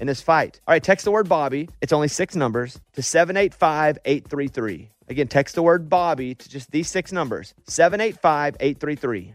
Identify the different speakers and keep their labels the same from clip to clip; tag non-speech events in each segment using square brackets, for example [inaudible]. Speaker 1: in this fight. All right, text the word Bobby. It's only six numbers to 785 833. Again, text the word Bobby to just these six numbers 785 833.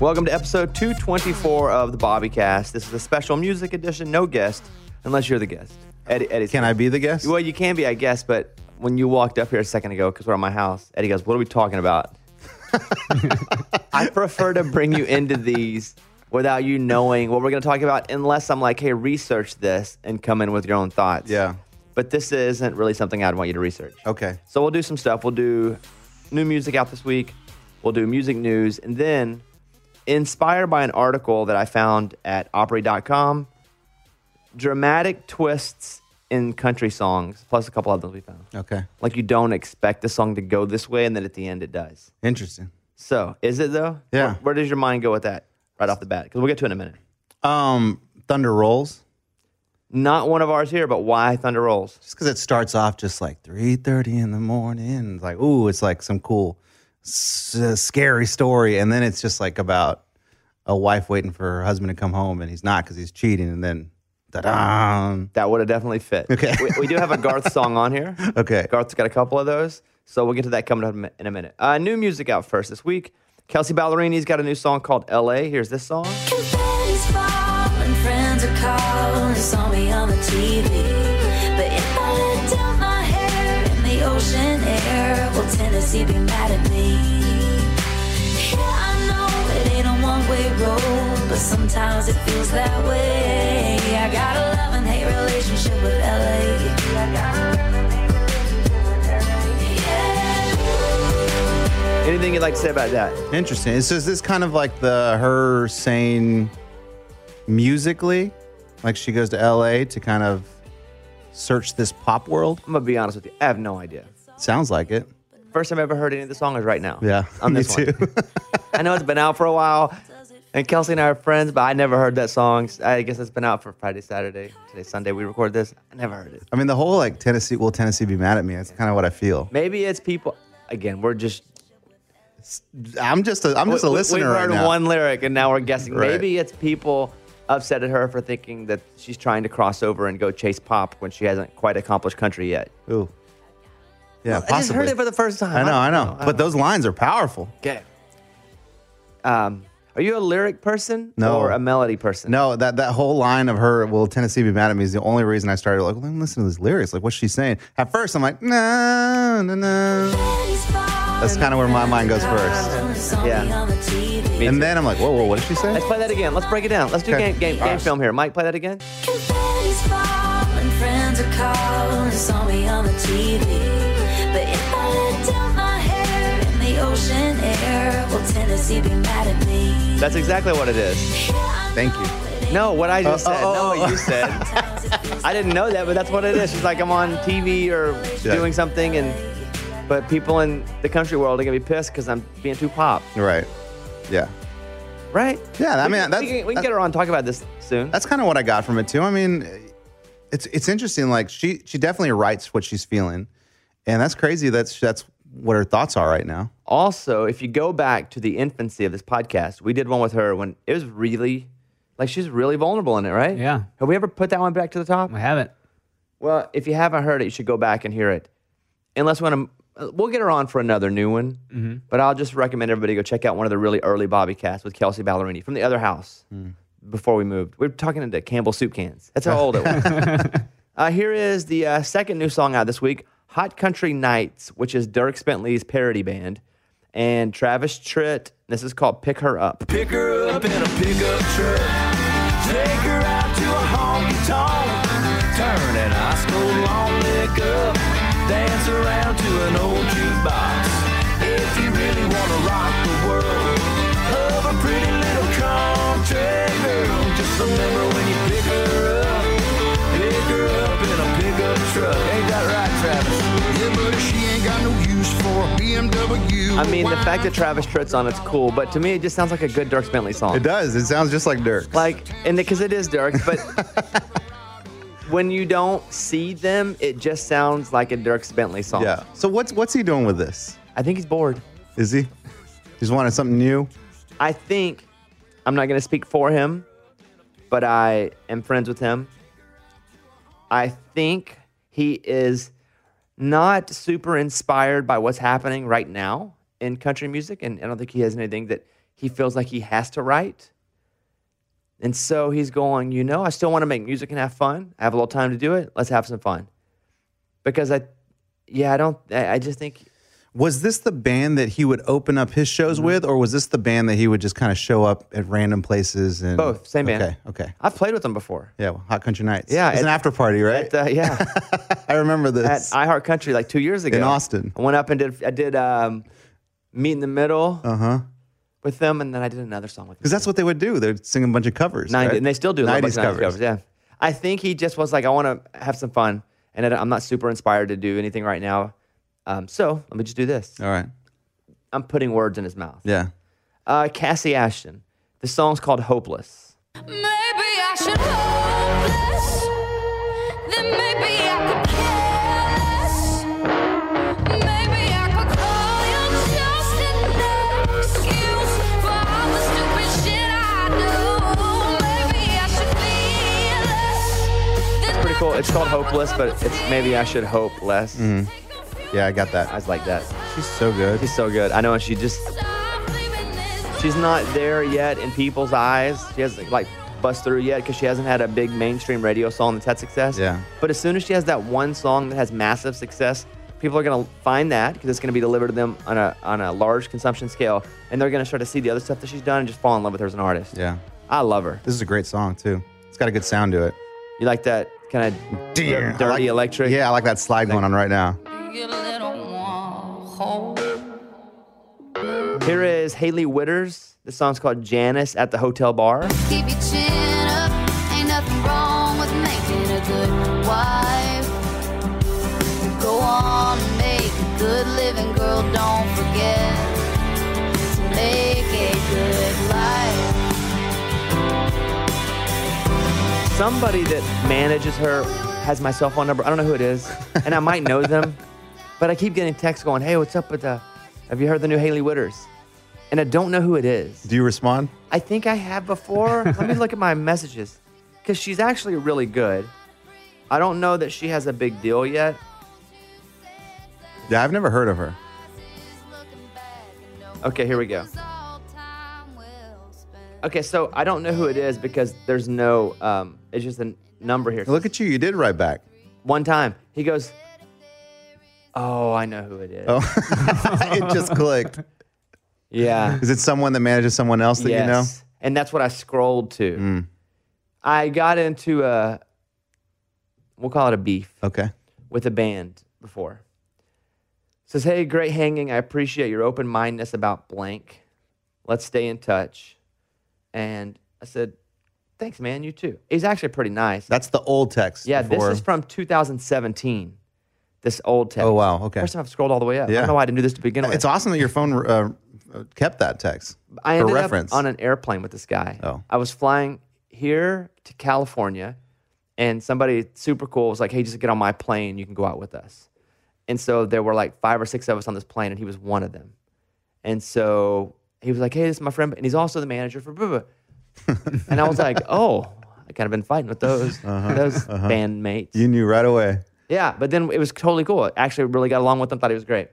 Speaker 1: Welcome to episode 224 of the Bobbycast. This is a special music edition, no guest, unless you're the guest. Eddie, Eddie's
Speaker 2: Can I be the guest?
Speaker 1: Well, you can be, I guess, but when you walked up here a second ago, because we're at my house, Eddie goes, What are we talking
Speaker 2: [laughs]
Speaker 1: about? I prefer to bring you into these without you knowing what we're going to talk about, unless I'm like, Hey, research this and come in with your own thoughts.
Speaker 2: Yeah.
Speaker 1: But this isn't really something I'd want you to research.
Speaker 2: Okay.
Speaker 1: So we'll do some stuff. We'll do new music out this week. We'll do music news. And then, inspired by an article that I found at Opry.com, dramatic twists in country songs, plus a couple others we found.
Speaker 2: Okay.
Speaker 1: Like you don't expect the song to go this way, and then at the end it does.
Speaker 2: Interesting.
Speaker 1: So is it though?
Speaker 2: Yeah.
Speaker 1: Where, where does your mind go with that right off the bat? Because we'll get to it in a minute.
Speaker 2: Um, Thunder Rolls.
Speaker 1: Not one of ours here, but why Thunder Rolls?
Speaker 2: Just because it starts off just like 3.30 in the morning. It's like, ooh, it's like some cool, s- uh, scary story. And then it's just like about a wife waiting for her husband to come home and he's not because he's cheating. And then, da-da.
Speaker 1: That would have definitely fit.
Speaker 2: Okay.
Speaker 1: we, we do have a Garth song on here.
Speaker 2: [laughs] Okay.
Speaker 1: Garth's got a couple of those. So we'll get to that coming up in a- in a minute. Uh, new music out first this week. Kelsey Ballerini's got a new song called LA. Here's this song.
Speaker 3: Confetti's falling, friends are calling, saw me on the TV. But if I let down my hair in the ocean air, will Tennessee be mad at me? Yeah, I know it ain't a one-way road, but sometimes it feels that way. I got a love and hate relationship with LA. I got a love and hate relationship with LA. Yeah.
Speaker 1: Anything you'd like to say about that?
Speaker 2: Interesting. It's just this kind of like the her saying musically, like she goes to LA to kind of search this pop world.
Speaker 1: I'm going to be honest with you. I have no idea.
Speaker 2: Sounds like it.
Speaker 1: First time I've ever heard any of the song is right now.
Speaker 2: [laughs] Yeah.
Speaker 1: On this
Speaker 2: me
Speaker 1: one.
Speaker 2: too.
Speaker 1: I know it's been out for a while. And Kelsey and I are friends, but I never heard that song. I guess it's been out for Friday, Saturday, today, Sunday. We record this. I never heard it.
Speaker 2: I mean, the whole like Tennessee, will Tennessee be mad at me? That's kind of what I feel.
Speaker 1: Maybe it's people. Again, we're just
Speaker 2: I'm just a, I'm just a
Speaker 1: We- we-
Speaker 2: listener
Speaker 1: We've
Speaker 2: right
Speaker 1: heard
Speaker 2: now.
Speaker 1: one lyric, and now we're guessing.
Speaker 2: Right.
Speaker 1: Maybe it's people upset at her for thinking that she's trying to cross over and go chase pop when she hasn't quite accomplished country yet.
Speaker 2: Ooh. Yeah,
Speaker 1: I just heard
Speaker 2: possibly.
Speaker 1: it for the first time.
Speaker 2: I know, I know.
Speaker 1: don't I
Speaker 2: but
Speaker 1: don't
Speaker 2: those lines are powerful.
Speaker 1: Okay. Um, are you a lyric person
Speaker 2: No.
Speaker 1: or a melody person?
Speaker 2: No, that that whole line of her "Will Tennessee be mad at me?" is the only reason I started like, well, let me listen to these lyrics. Like, what's she saying? At first, I'm like, no, no, no.
Speaker 3: That's
Speaker 2: kinda where my mind goes
Speaker 3: first.
Speaker 1: Yeah.
Speaker 3: Yeah.
Speaker 2: And then I'm like, whoa, whoa, what did she say?
Speaker 1: Let's play that again. Let's break it down. Let's do
Speaker 2: Okay.
Speaker 1: game game, game film here. Mike, play that again.
Speaker 3: Confetti's falling, friends are calling, saw me on the TV. But if I let down my hair in the ocean air, will Tennessee be mad at me?
Speaker 1: That's exactly what it is.
Speaker 3: Yeah, I
Speaker 2: Thank you.
Speaker 3: know it ain't
Speaker 1: No, what I just
Speaker 2: Oh,
Speaker 1: said.
Speaker 2: oh,
Speaker 1: no,
Speaker 2: oh,
Speaker 1: what
Speaker 2: oh.
Speaker 1: you said.
Speaker 3: sometimes
Speaker 1: [laughs]
Speaker 3: it feels
Speaker 1: I didn't know that, but that's what it is. She's like, I'm on TV or
Speaker 2: Yeah.
Speaker 1: doing something, and but people in the country world are gonna be pissed because I'm being too pop,
Speaker 2: Right. Yeah.
Speaker 1: right?
Speaker 2: Yeah, I
Speaker 1: We
Speaker 2: mean,
Speaker 1: can-
Speaker 2: that's-
Speaker 1: we can, we can
Speaker 2: that's-
Speaker 1: get her on and talk about this soon.
Speaker 2: That's kind of what I got from it too. I mean, it's it's interesting. Like she she definitely writes what she's feeling, and that's crazy. That's that's what her thoughts are right now.
Speaker 1: Also, if you go back to the infancy of this podcast, we did one with her when it was really, like, she's really vulnerable in it, right?
Speaker 4: Yeah.
Speaker 1: Have we ever put that one back to the top?
Speaker 4: I haven't.
Speaker 1: Well, if you haven't heard it, you should go back and hear it. Unless when I'm, we'll get her on for another new one. But I'll just recommend everybody go check out one of the really early Bobby casts with Kelsey Ballerini from the other house before we moved. We were talking into Campbell soup cans. That's how old it was. uh, here is the uh, second new song out this week, "Hot Country Nights," which is Dirk Bentley's parody band, and Travis Tritt. This is called "Pick Her Up."
Speaker 5: Pick her up in a pickup truck. Take her out to a honky tonk. Turn an Oscar long lick up. Dance around to an old jukebox. If you really wanna rock the world of a pretty little country girl, just remember when you pick her up. Pick her up in a pickup truck. Ain't that right, Travis?
Speaker 6: Yeah, but she ain't got no use for a BMW.
Speaker 1: I mean, the fact that Travis Tritt's on it's cool, but to me, it just sounds like a good Dirk Bentley song.
Speaker 2: It does. It sounds just like Dirk.
Speaker 1: like and because it is Dirk, but when you don't see them, it just sounds like a Dirk Bentley song.
Speaker 2: yeah. So what's what's he doing with this?
Speaker 1: I think he's bored.
Speaker 2: Is he? He's wanted something new.
Speaker 1: I think I'm not gonna speak for him, but I am friends with him. I think he is not super inspired by what's happening right now in country music, and I don't think he has anything that he feels like he has to write. And so he's going, you know, I still want to make music and have fun. I have a little time to do it. Let's have some fun. Because I, yeah, I don't, I, I just think
Speaker 2: Was this the band that he would open up his shows
Speaker 1: Mm-hmm.
Speaker 2: with, or was this the band that he would just kind of show up at random places and
Speaker 1: both, same band.
Speaker 2: Okay, okay,
Speaker 1: I've played with them before.
Speaker 2: yeah, well, Hot Country Nights.
Speaker 1: Yeah,
Speaker 2: it's an
Speaker 1: at-
Speaker 2: after party, right?
Speaker 1: At, uh, yeah.
Speaker 2: [laughs] I remember
Speaker 1: at
Speaker 2: this.
Speaker 1: iHeart Country like two years ago
Speaker 2: In Austin.
Speaker 1: I went up and did I did um, Meet in the Middle uh-huh. with them, and then I did another song with them.
Speaker 2: Because that's what they would do. They'd sing a bunch of covers.
Speaker 1: 90,
Speaker 2: right?
Speaker 1: and they still do
Speaker 2: 90s
Speaker 1: nineties covers. Yeah, I think he just was like, I want to have some fun, and I don't- I'm not super inspired to do anything right now. Um, so let me just do this.
Speaker 2: All right.
Speaker 1: I'm putting words in his mouth.
Speaker 2: Yeah.
Speaker 1: Uh, Cassie Ashton. The song's called "Hopeless."
Speaker 3: Maybe I should hopeless. Then maybe I could care less. Maybe I could call you just an excuse for all the stupid shit I do. Maybe I should feel less. Then
Speaker 1: Pretty cool.
Speaker 3: I
Speaker 1: It's called
Speaker 3: could
Speaker 1: "Hopeless," but it's maybe I should hope less.
Speaker 7: Mm-hmm.
Speaker 3: take a few
Speaker 2: Yeah, I got
Speaker 1: I
Speaker 2: that.
Speaker 1: just like that.
Speaker 2: She's so good.
Speaker 1: Ah, She's so good. I know, and she just
Speaker 3: steps off, leaving this
Speaker 1: She's not there yet in people's eyes. She hasn't like bust through yet because she hasn't had a big mainstream radio song that's had success.
Speaker 2: Yeah.
Speaker 1: But as soon as she has that one song that has massive success, people are gonna find that because it's gonna be delivered to them on a on a large consumption scale, and they're gonna start to see the other stuff that she's done and just fall in love with her as an artist.
Speaker 2: Yeah.
Speaker 1: I love her.
Speaker 2: This is a great song, too. It's got a good sound to it.
Speaker 1: You like that kind of
Speaker 2: Damn.
Speaker 1: dirty electric?
Speaker 2: Yeah, I like that slide going on right now.
Speaker 3: big little one hole.
Speaker 1: Here is Haley Witters. This song's called Janice at the Hotel Bar.
Speaker 3: Keep your chin up. Ain't nothing wrong with making a good wife. Go on and make a good living, girl. Don't forget to make a good life.
Speaker 1: somebody that manages her has my cell phone number. I don't know who it is, and I might know
Speaker 2: [laughs]
Speaker 1: them, but I keep getting texts going, "Hey, what's up with the? Have you heard the new Haley Witters?" And I don't know who it is.
Speaker 2: Do you respond?
Speaker 1: I think I have
Speaker 2: [laughs]
Speaker 1: before. Let me look at my messages, because she's actually really good. I don't know that she has a big deal yet.
Speaker 2: Yeah, I've never heard of her.
Speaker 1: Okay, here we go.
Speaker 3: All time well spent.
Speaker 1: Okay, so I don't know who it is because there's no. Um, it's just a number here.
Speaker 2: Look at you. You did right back.
Speaker 1: One time he goes, "Oh, I know who it is."
Speaker 2: Oh, [laughs] it just clicked. [laughs]
Speaker 1: Yeah.
Speaker 2: Is it someone that manages someone else that you know? Mm.
Speaker 1: And that's what I scrolled to. I got into a, we'll call it a beef
Speaker 2: Okay.
Speaker 1: with a band before. Says, hey, great hanging. I appreciate your open mindedness about blank. Let's stay in touch. And I said, thanks, man. You too. He's actually pretty nice.
Speaker 2: That's the old text.
Speaker 1: yeah,
Speaker 2: before-
Speaker 1: this is from 2017. This old text.
Speaker 2: Oh, wow. Okay.
Speaker 1: First time I've scrolled all the way up. I
Speaker 2: Yeah.
Speaker 1: don't know why I didn't do this to begin with.
Speaker 2: It's awesome that your phone uh, kept that text
Speaker 1: I
Speaker 2: for
Speaker 1: ended
Speaker 2: reference.
Speaker 1: up on an airplane with this guy.
Speaker 2: Oh.
Speaker 1: I was flying here to California, and somebody super cool was like, "Hey, just get on my plane. You can go out with us." And so there were like five or six of us on this plane, and he was one of them. And so he was like, "Hey, this is my friend," and he's also the manager for
Speaker 2: [laughs]
Speaker 1: Boo Boo. and I was like, "Oh, I kind of been fighting with those
Speaker 2: Uh-huh,
Speaker 1: those bandmates."
Speaker 2: You knew right away.
Speaker 1: Yeah, but then it was totally cool. Actually, really got along with him. Thought he was great.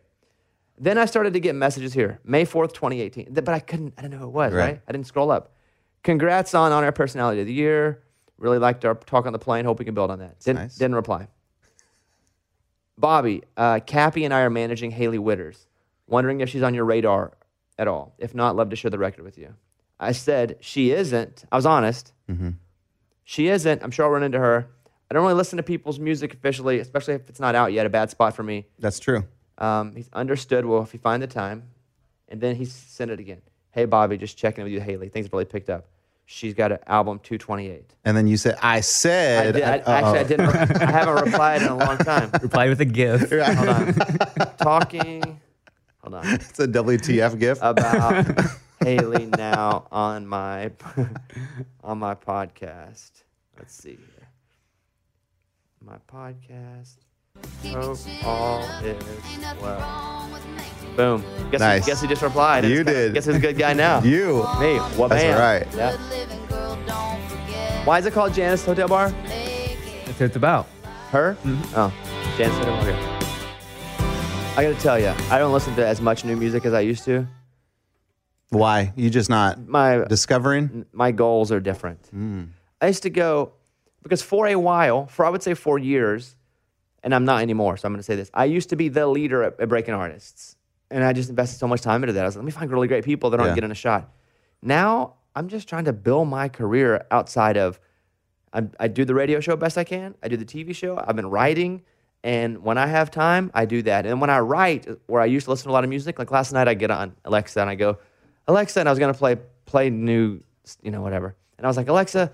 Speaker 1: Then I started to get messages here, May fourth, twenty eighteen. But I couldn't. I didn't know who it was.
Speaker 2: Right.
Speaker 1: Right. I didn't scroll up. Congrats on on our personality of the year. Really liked our talk on the plane. Hope we can build on that. Didn't
Speaker 2: nice.
Speaker 1: didn't reply. Bobby, uh, Cappy and I are managing Haley Witters. Wondering if she's on your radar at all. If not, love to share the record with you. I said she isn't. I was honest. She isn't. I'm sure I'll run into her. I don't really listen to people's music officially, especially if it's not out yet. A bad spot for me.
Speaker 2: That's true.
Speaker 1: Um, he's understood. Well, if you find the time, and then he sent it again. Hey, Bobby, just checking in with you, Haley. Things really picked up. She's got an album 228.
Speaker 2: And then you said, I uh,
Speaker 1: I
Speaker 2: said,
Speaker 1: did, I, actually, I didn't. re- I haven't replied in a long time.
Speaker 4: Reply with a [laughs] gift.
Speaker 1: Hold on. Talking. Hold on.
Speaker 2: [laughs] it's a WTF gift.
Speaker 1: Uh, About Haley now on my on my podcast. Let's see here. My podcast. Hope Oh, all is well. Boom. Guess,
Speaker 2: Nice.
Speaker 1: guess he just replied.
Speaker 2: You
Speaker 1: It's kinda-
Speaker 2: did.
Speaker 1: Guess he's a good guy now.
Speaker 2: [laughs] you.
Speaker 1: Me. Well,
Speaker 2: That's
Speaker 1: bam.
Speaker 2: right.
Speaker 1: Yeah. Why is it called Janice Hotel Bar?
Speaker 4: That's what it's about.
Speaker 1: Her?
Speaker 2: Mm-hmm.
Speaker 1: Oh, Janice Hotel Bar. Here. I gotta tell you, I don't listen to as much new music as I used to.
Speaker 2: Why? You just not
Speaker 1: My
Speaker 2: discovering?
Speaker 1: my goals are different. I used to go because for a while, for I would say four years, and I'm not anymore, so I'm going to say this. I used to be the leader at, at Breaking Artists, and I just invested so much time into that. I was like, let me find really great people that aren't
Speaker 2: Yeah.
Speaker 1: getting a shot. Now I'm just trying to build my career outside of. I, I do the radio show best I can. I do the TV show. I've been writing, and when I have time, I do that. And when I write, where I used to listen to a lot of music, like last night, I get on Alexa and I go, Alexa, and I was gonna play play new, you know, whatever. And I was like, Alexa,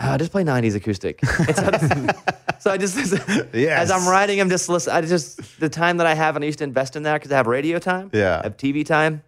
Speaker 1: ah, just play '90s acoustic. [laughs] And so, so I just, [laughs]
Speaker 2: Yes.
Speaker 1: as I'm writing, I'm just listening. I just the time that I have, and I used to invest in that because I have radio time.
Speaker 2: Yeah.
Speaker 1: I have TV time.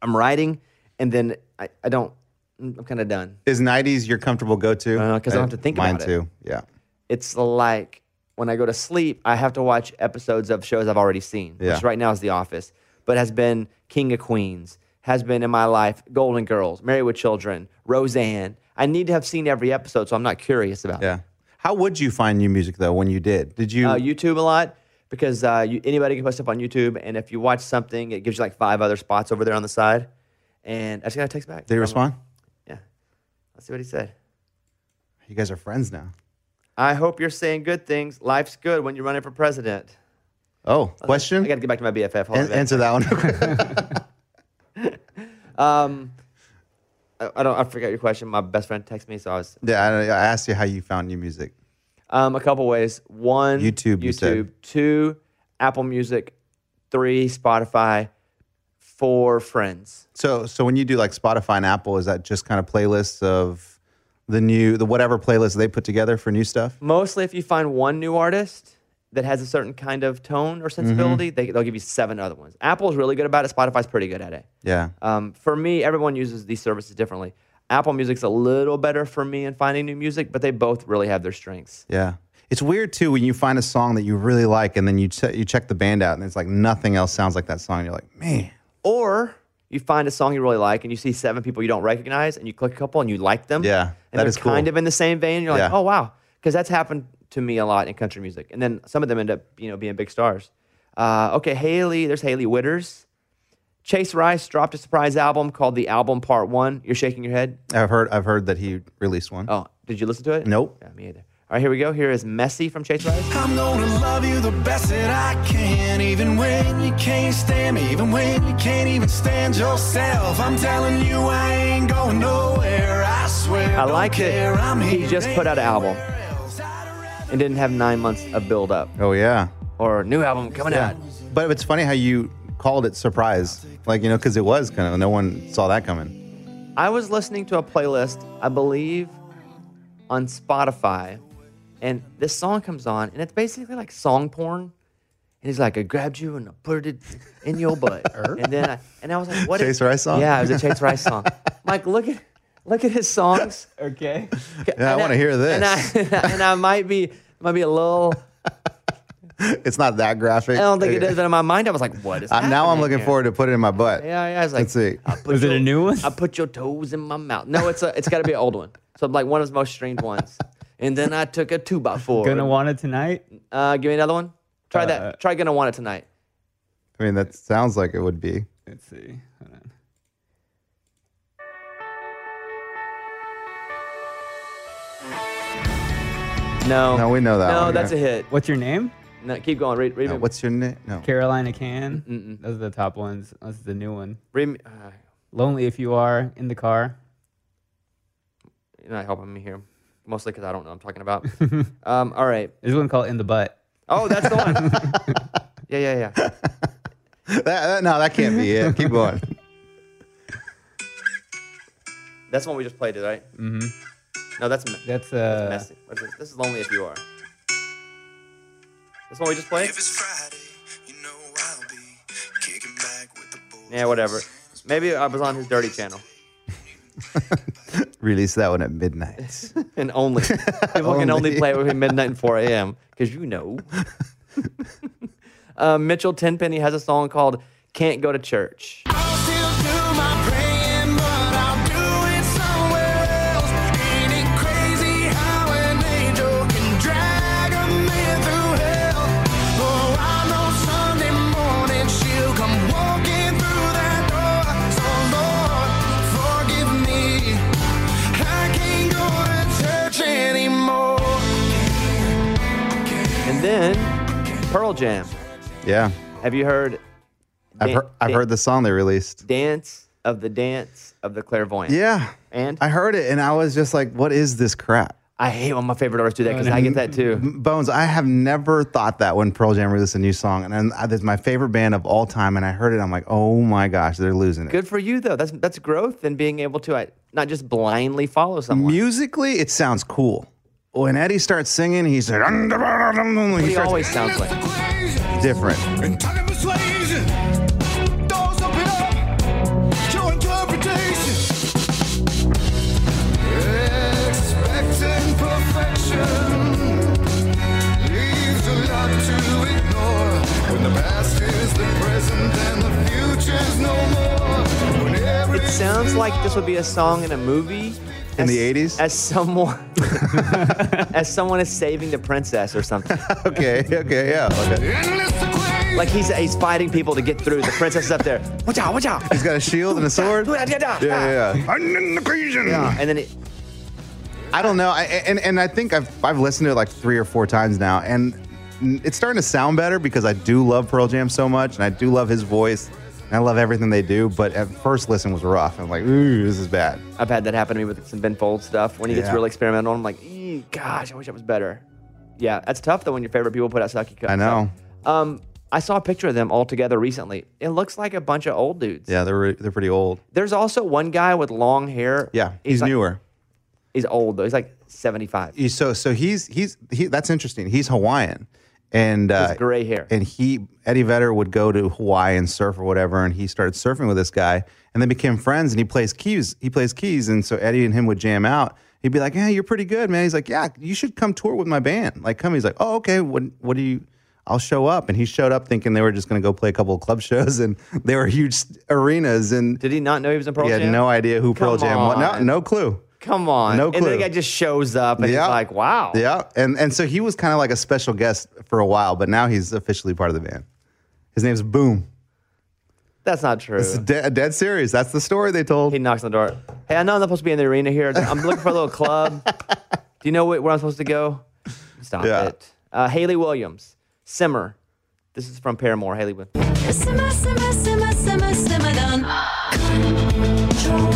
Speaker 1: I'm writing, and then I, I don't. I'm kind of done.
Speaker 2: Is 90s your comfortable go to?
Speaker 1: Uh, 'cause I don't have to think
Speaker 2: Mine
Speaker 1: about it.
Speaker 2: too. Yeah.
Speaker 1: it's like when I go to sleep, I have to watch episodes of shows I've already seen,
Speaker 2: Yeah.
Speaker 1: which right now is The Office, but has been King of Queens, has been in my life Golden Girls, Married with Children, Roseanne. I need to have seen every episode, so I'm not curious about it.
Speaker 2: Yeah. How would you find new music though when you did? Did you?
Speaker 1: Uh, YouTube a lot because uh, you, anybody can post stuff on YouTube, and if you watch something, it gives you like five other spots over there on the side. And I just got a text back.
Speaker 2: they respond?
Speaker 1: Yeah. Let's see what he said.
Speaker 2: You guys are friends now.
Speaker 1: I hope you're saying good things. Life's good when you're running for president.
Speaker 2: Oh, question?
Speaker 1: I got to get back to my BFF. Hold on a
Speaker 2: An-
Speaker 1: minute.
Speaker 2: answer that
Speaker 1: [laughs]
Speaker 2: one. [laughs]
Speaker 1: Um, I, I don't. I forgot your question. My best friend texted me, so I was
Speaker 2: yeah, I, I asked you how you found new music.
Speaker 1: um a couple ways. One,
Speaker 2: YouTube, you said.
Speaker 1: YouTube. Two, Apple Music. Three, Spotify. Four, friends.
Speaker 2: So, so when you do like Spotify and Apple, is that just kind of playlists of the new, the whatever playlist they put together for new stuff?
Speaker 1: Mostly, if you find one new artist that has a certain kind of tone or
Speaker 2: Mm-hmm.
Speaker 1: sensibility, they, they'll give you seven other ones. Apple's really good about it. Spotify's pretty good at it.
Speaker 2: Yeah.
Speaker 1: Um, for me, everyone uses these services differently. Apple Music's a little better for me in finding new music, but they both really have their strengths.
Speaker 2: Yeah. It's weird too when you find a song that you really like and then you che- you check the band out and it's like nothing else sounds like that song. You're like, man,
Speaker 1: Or you find a song you really like and you see seven people you don't recognize and you click a couple and you like them.
Speaker 2: Yeah,
Speaker 1: And
Speaker 2: that
Speaker 1: they're
Speaker 2: is cool.
Speaker 1: kind of in the same vein. You're like,
Speaker 2: Yeah.
Speaker 1: oh wow. Because that's happened to me a lot in country music. And then some of them end up, you know, being big stars. Uh, okay, Haley, there's Haley Witters. Chase Rice dropped a surprise album called The Album Part One. You're shaking your head.
Speaker 2: I've heard I've heard that he released one.
Speaker 1: Oh, did you listen to it?
Speaker 2: Nope.
Speaker 1: Yeah, me either. All right, here we go. Here is Messy from Chase Rice.
Speaker 5: I'm gonna love you the best that I can, even when you can't stand me, even when you can't even stand yourself. I'm telling you, I ain't going nowhere. I swear.
Speaker 1: I
Speaker 5: don't
Speaker 1: like
Speaker 5: care, I'm
Speaker 1: that he
Speaker 5: here
Speaker 1: just put out an album
Speaker 5: anywhere else. I'd rather
Speaker 1: and didn't have nine months of build up
Speaker 2: Oh yeah.
Speaker 1: or new album coming out.
Speaker 2: But it's funny how you called it surprise, like you know, because it was kind of no one saw that coming. [laughs]
Speaker 1: I was listening to a playlist, I believe, on Spotify, and this song comes on, and it's basically like song porn. And he's like, "I grabbed you and I put it
Speaker 2: [laughs]
Speaker 1: in your butt," and then I, and I was like, "What?" is-
Speaker 2: Er? Chase Rice song? [laughs]
Speaker 1: Yeah, it was a Chase Rice song. Mike, look at Look at his songs.
Speaker 4: Okay.
Speaker 2: Yeah, I
Speaker 1: And
Speaker 2: want to hear
Speaker 1: And
Speaker 2: this.
Speaker 1: I, [laughs] and I might be might be a little.
Speaker 2: it's not that graphic.
Speaker 1: I don't think
Speaker 2: [laughs]
Speaker 1: it is, but in my mind, I was like, "What is?"
Speaker 2: I, Uh, now I'm
Speaker 1: happening
Speaker 2: looking
Speaker 1: here?
Speaker 2: forward to putting it in my butt.
Speaker 1: Yeah, yeah. I was like,
Speaker 2: Let's see.
Speaker 1: I put
Speaker 4: Was it
Speaker 1: your-
Speaker 4: a new one?
Speaker 1: I put your toes in my mouth. No, it's a. It's got to be an old one. So like one of the most streamed ones. And then I took a two by 4
Speaker 4: Gonna want it tonight?
Speaker 1: uh, give me another one. Try
Speaker 4: Uh,
Speaker 1: that. Try gonna want it tonight.
Speaker 2: I mean, that sounds like it would be.
Speaker 4: Let's see. Hold on.
Speaker 1: No.
Speaker 2: No, we know that
Speaker 1: No,
Speaker 2: one,
Speaker 1: that's
Speaker 2: yeah.
Speaker 1: a hit.
Speaker 4: What's your name?
Speaker 1: No, keep going. Read. Read.
Speaker 2: No,
Speaker 1: me-
Speaker 2: what's your name? No.
Speaker 4: Carolina Can. Those are the top ones. That's the new one.
Speaker 1: read me- uh,
Speaker 4: Lonely if you are in the car.
Speaker 1: you're not helping me here, mostly because I don't know what I'm talking
Speaker 4: [laughs]
Speaker 1: about. um. All right.
Speaker 4: There's one called in the butt.
Speaker 1: Oh, that's the one.
Speaker 4: [laughs]
Speaker 1: yeah, yeah, yeah.
Speaker 2: [laughs] That, that- no, that can't be it.
Speaker 1: [laughs]
Speaker 2: Keep going.
Speaker 1: That's the one we just played, right? Mm-hmm. No, that's. Me-
Speaker 4: That's uh.
Speaker 1: messy. What is this? This is lonely if you are. This one we just played?
Speaker 8: If it's Friday, you know I'll be kicking back with the boys.
Speaker 1: Yeah, whatever. Maybe I was on his dirty channel
Speaker 2: Release that one
Speaker 1: [laughs]
Speaker 2: at midnight.
Speaker 1: and only. People can only play it between midnight and 4 a.m. because you know. [laughs] uh, Mitchell Tenpenny has a song called "Can't Go to Church."
Speaker 5: I'll still do my praying, but I'll do it somewhere else. Ain't it crazy how an angel can drag a man through hell? Oh, I know Sunday morning she'll come walking through that door. So Lord, forgive me. I can't go to church anymore.
Speaker 1: And then Pearl Jam.
Speaker 2: yeah.
Speaker 1: Have you heard?
Speaker 2: I've,
Speaker 1: Dan-
Speaker 2: heard, I've
Speaker 1: Dan-
Speaker 2: heard the song they released.
Speaker 1: dance of the dance of the clairvoyant.
Speaker 2: Yeah.
Speaker 1: And
Speaker 2: I heard it and I was just like, what is this crap?
Speaker 1: I hate when my favorite artists do that because I get that too.
Speaker 2: Bones, I have never thought that when Pearl Jam released a new song. And then I- that's my favorite band of all time. And I heard it. I'm like, oh my gosh, they're losing it.
Speaker 1: Good for you though. That's that's growth and being able to uh, not just blindly follow someone.
Speaker 2: Musically, it sounds cool. When Eddie starts singing, he's like, he
Speaker 1: he
Speaker 2: starts
Speaker 1: always sounds like.
Speaker 2: different.
Speaker 8: And time persuasion. Doors open up to interpretation.
Speaker 5: Expecting perfection leaves a lot to ignore. When the past is the present and the future's no more. When every
Speaker 1: It sounds like this would be a song in a movie.
Speaker 2: In
Speaker 1: as-
Speaker 2: the 80s?
Speaker 1: as
Speaker 2: [laughs]
Speaker 1: someone, as someone is saving the princess or something.
Speaker 2: Okay, [laughs] okay, yeah. Okay.
Speaker 5: endless equation.
Speaker 1: Like he's he's fighting people to get through. The princess is up there. Watch out! Watch out!
Speaker 2: He's got a shield and a
Speaker 1: [laughs]
Speaker 2: sword.
Speaker 1: Yeah, yeah,
Speaker 2: Yeah, yeah.
Speaker 1: And then it,
Speaker 2: I don't know. I, and and I think I've I've listened to it like three or four times now, and it's starting to sound better because I do love Pearl Jam so much, and I do love his voice, and I love everything they do. But at first listen was rough. I'm like, ooh, this is bad.
Speaker 1: I've had that happen to me with some Ben Folds stuff. When he gets
Speaker 2: Yeah.
Speaker 1: real experimental, I'm like, "Ew, gosh, I wish I was better. Yeah, that's tough though when your favorite people put out sucky cuts.
Speaker 2: I know.
Speaker 1: Um, I saw a picture of them all together recently. It looks like a bunch of old dudes.
Speaker 2: Yeah, they're re- they're pretty old.
Speaker 1: There's also one guy with long hair.
Speaker 2: Yeah, he's,
Speaker 1: like-
Speaker 2: newer.
Speaker 1: He's old though. He's like 75.
Speaker 2: He's so so he's he's he, that's interesting. He's Hawaiian, and uh,
Speaker 1: His gray hair.
Speaker 2: And he Eddie Vedder would go to Hawaii and surf or whatever, and he started surfing with this guy, and they became friends. And he plays keys. He plays keys, and so Eddie and him would jam out. He'd be like, "Yeah, you're pretty good, man." He's like, "Yeah, you should come tour with my band." Like, come. He's like, "Oh, okay. What what do you?" I'll show up, and he showed up thinking they were just going to go play a couple of club [laughs] shows, and they were huge arenas, and
Speaker 1: Did he not know he was in Pearl
Speaker 2: he had
Speaker 1: Jam?
Speaker 2: no idea who Pearl
Speaker 1: Come
Speaker 2: Jam was. No,
Speaker 1: on.
Speaker 2: no clue.
Speaker 1: Come on.
Speaker 2: No
Speaker 1: And then the
Speaker 2: clue.
Speaker 1: guy just shows up and he's like, wow.
Speaker 2: Yeah. And and so he was kind of like a special guest for a while, but now he's officially part of the band. His name's Boom.
Speaker 1: That's not true.
Speaker 2: It's a, de- a dead series. That's the story they told.
Speaker 1: He knocks on the door. Hey, I know I'm not supposed to be in the arena here. I'm looking for a little club. Do you know wh- where I'm supposed to go? Stop
Speaker 2: Yeah.
Speaker 1: it. Uh, Haley Williams, Simmer. This is from Paramore. Haley Williams.
Speaker 3: Simmer, simmer, simmer, simmer, simmer down. Control.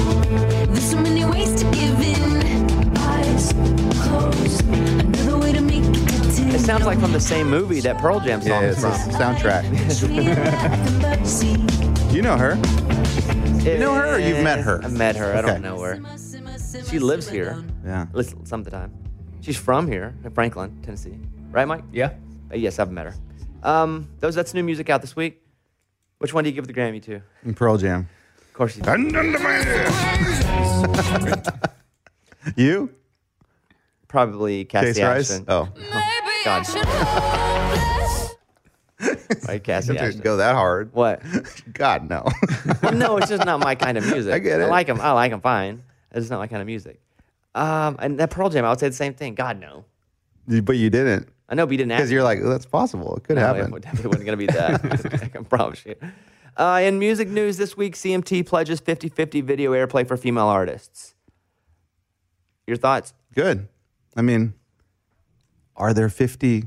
Speaker 3: There's so many ways to give in. Eyes closed. Another way to make it.
Speaker 1: It sounds like from the same movie that Pearl Jam song
Speaker 2: yeah,
Speaker 1: is
Speaker 2: it's a
Speaker 1: from.
Speaker 2: soundtrack.
Speaker 1: [laughs]
Speaker 2: You know her.
Speaker 1: You
Speaker 2: know her or you've met her?
Speaker 1: I met her. I
Speaker 2: Okay.
Speaker 1: don't know her. She lives here.
Speaker 2: Yeah.
Speaker 1: Listen, some of the time. She's from here, in Franklin, Tennessee. Right, Mike?
Speaker 4: Yeah.
Speaker 1: Uh, yes, I've met her. Um, those that's new music out this week. Which one do you give the Grammy to?
Speaker 2: And Pearl Jam.
Speaker 1: Of course, you
Speaker 2: [laughs] You?
Speaker 1: probably
Speaker 2: Case
Speaker 1: Cassie
Speaker 2: Rice?
Speaker 1: Ashton.
Speaker 2: Oh,
Speaker 1: God. [laughs]
Speaker 3: God.
Speaker 1: By
Speaker 2: you
Speaker 1: Cassie
Speaker 2: have to
Speaker 1: Ashton.
Speaker 2: go that hard. [laughs]
Speaker 1: What?
Speaker 2: God, no. [laughs]
Speaker 1: Well, no, it's just not my kind of music.
Speaker 2: I get
Speaker 1: I
Speaker 2: it.
Speaker 1: like them. I like them fine. It's just not my kind of music. Um, and that Pearl Jam, I would say the same thing. God no,
Speaker 2: You- but you didn't.
Speaker 1: I know, but you didn't ask.
Speaker 2: Because you're like, "Oh, that's possible. It could
Speaker 1: No,
Speaker 2: happen.
Speaker 1: It, would- it wasn't going to be
Speaker 2: [laughs]
Speaker 1: that. [laughs] I can promise you. Uh, in music news this week, CMT pledges 50 50 video airplay for female artists. Your thoughts?
Speaker 2: Good. I mean, are there 50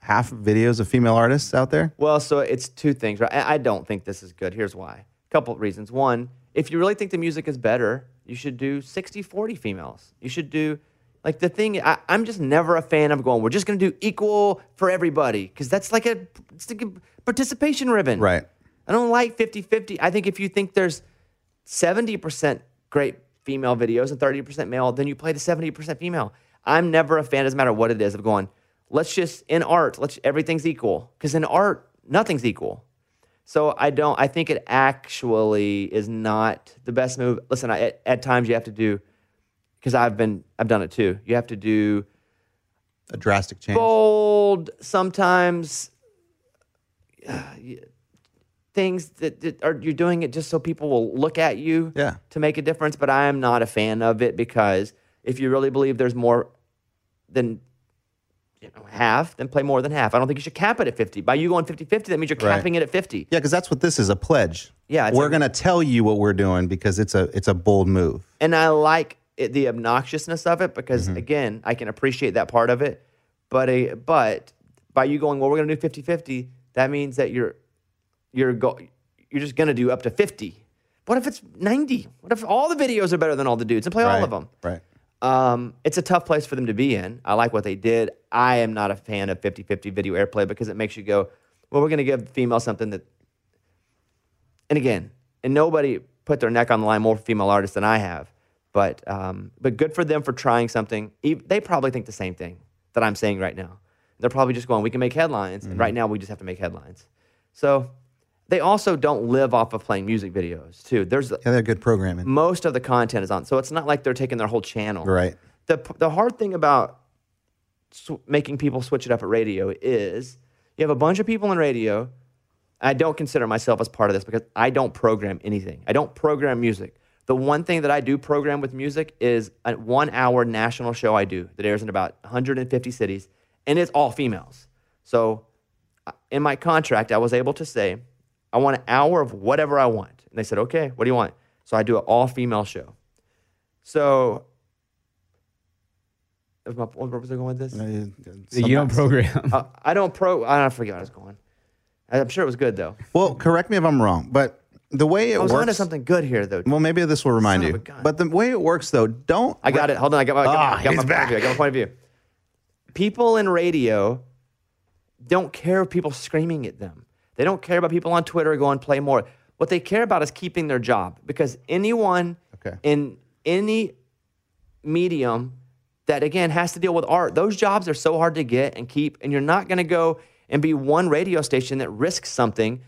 Speaker 2: half videos of female artists out there?
Speaker 1: Well, so it's two things, right? I I don't think this is good. Here's why. A couple reasons. One, if you really think the music is better, you should do 60 40 females. You should do, like, the thing, I, I'm just never a fan of going, we're just going to do equal for everybody, because that's like a, it's like a participation ribbon.
Speaker 2: Right.
Speaker 1: I don't like 50 50. I think if you think there's 70% great female videos and 30% male, then you play the 70% female. I'm never a fan, doesn't matter what it is, of going, let's just, in art, let's, everything's equal. Because in art, nothing's equal. So I don't, I think it actually is not the best move. Listen, I, at, at times you have to do, because I've been, I've done it too. You have to do
Speaker 2: A drastic change.
Speaker 1: bold, sometimes uh, y- things that, that are you're doing it just so people will look at you
Speaker 2: Yeah.
Speaker 1: to make a difference. But I am not a fan of it because if you really believe there's more than you know, half, then play more than half. I don't think you should cap it at 50. By you going 50 50, that means you're
Speaker 2: Right.
Speaker 1: capping it at 50.
Speaker 2: Yeah, because that's what this is a pledge.
Speaker 1: Yeah, it's
Speaker 2: we're
Speaker 1: a-
Speaker 2: gonna tell you what we're doing because it's a it's a bold move.
Speaker 1: and I like it, the obnoxiousness of it because
Speaker 2: Mm-hmm.
Speaker 1: again, I can appreciate that part of it. But a but by you going, well, we're going to do 50-50, that means that you're you're go, you're just going to do up to 50. What if it's 90? What if all the videos are better than all the dudes and play all of them?
Speaker 2: Right.
Speaker 1: Um, it's a tough place for them to be in. I like what they did. I am not a fan of 50 50 video airplay because it makes you go, well, we're going to give females something that. And again, and nobody put their neck on the line more for female artists than I have. But, um, but good for them for trying something. E- They probably think the same thing that I'm saying right now. They're probably just going, we can make headlines. And right now, we just have to make headlines. So they also don't live off of playing music videos, too. There's
Speaker 2: Yeah, they're good programming.
Speaker 1: most of the content is on. So it's not like they're taking their whole channel.
Speaker 2: Right.
Speaker 1: The the hard thing about sw- making people switch it up at radio is you have a bunch of people in radio. I don't consider myself as part of this because I don't program anything. I don't program music. The one thing that I do program with music is a one hour national show I do that airs in about 150 cities, and it's all females. So uh, in my contract, I was able to say, I want an hour of whatever I want. And they said, okay, what do you want? So I do an all female show. So, was my, what was I going with this?
Speaker 2: Uh,
Speaker 4: you don't program. [laughs]
Speaker 1: Uh, I don't pro. I forget where I was going. I'm sure it was good though.
Speaker 2: Well, correct me if I'm wrong, but the way it
Speaker 1: I was onto
Speaker 2: works.
Speaker 1: something good here though.
Speaker 2: Well, maybe this will remind
Speaker 1: Son
Speaker 2: you.
Speaker 1: of a gun.
Speaker 2: But the way it works, though, don't.
Speaker 1: I got it. Hold on. I got my, I got,
Speaker 2: Ah,
Speaker 1: my- I got my
Speaker 2: he's
Speaker 1: point of view. I got my point of view. People in radio don't care of people screaming at them. They don't care about people on Twitter going play more. What they care about is keeping their job because anyone
Speaker 2: Okay.
Speaker 1: in any medium that again has to deal with art, those jobs are so hard to get and keep, and you're not going to go and be one radio station that risks something.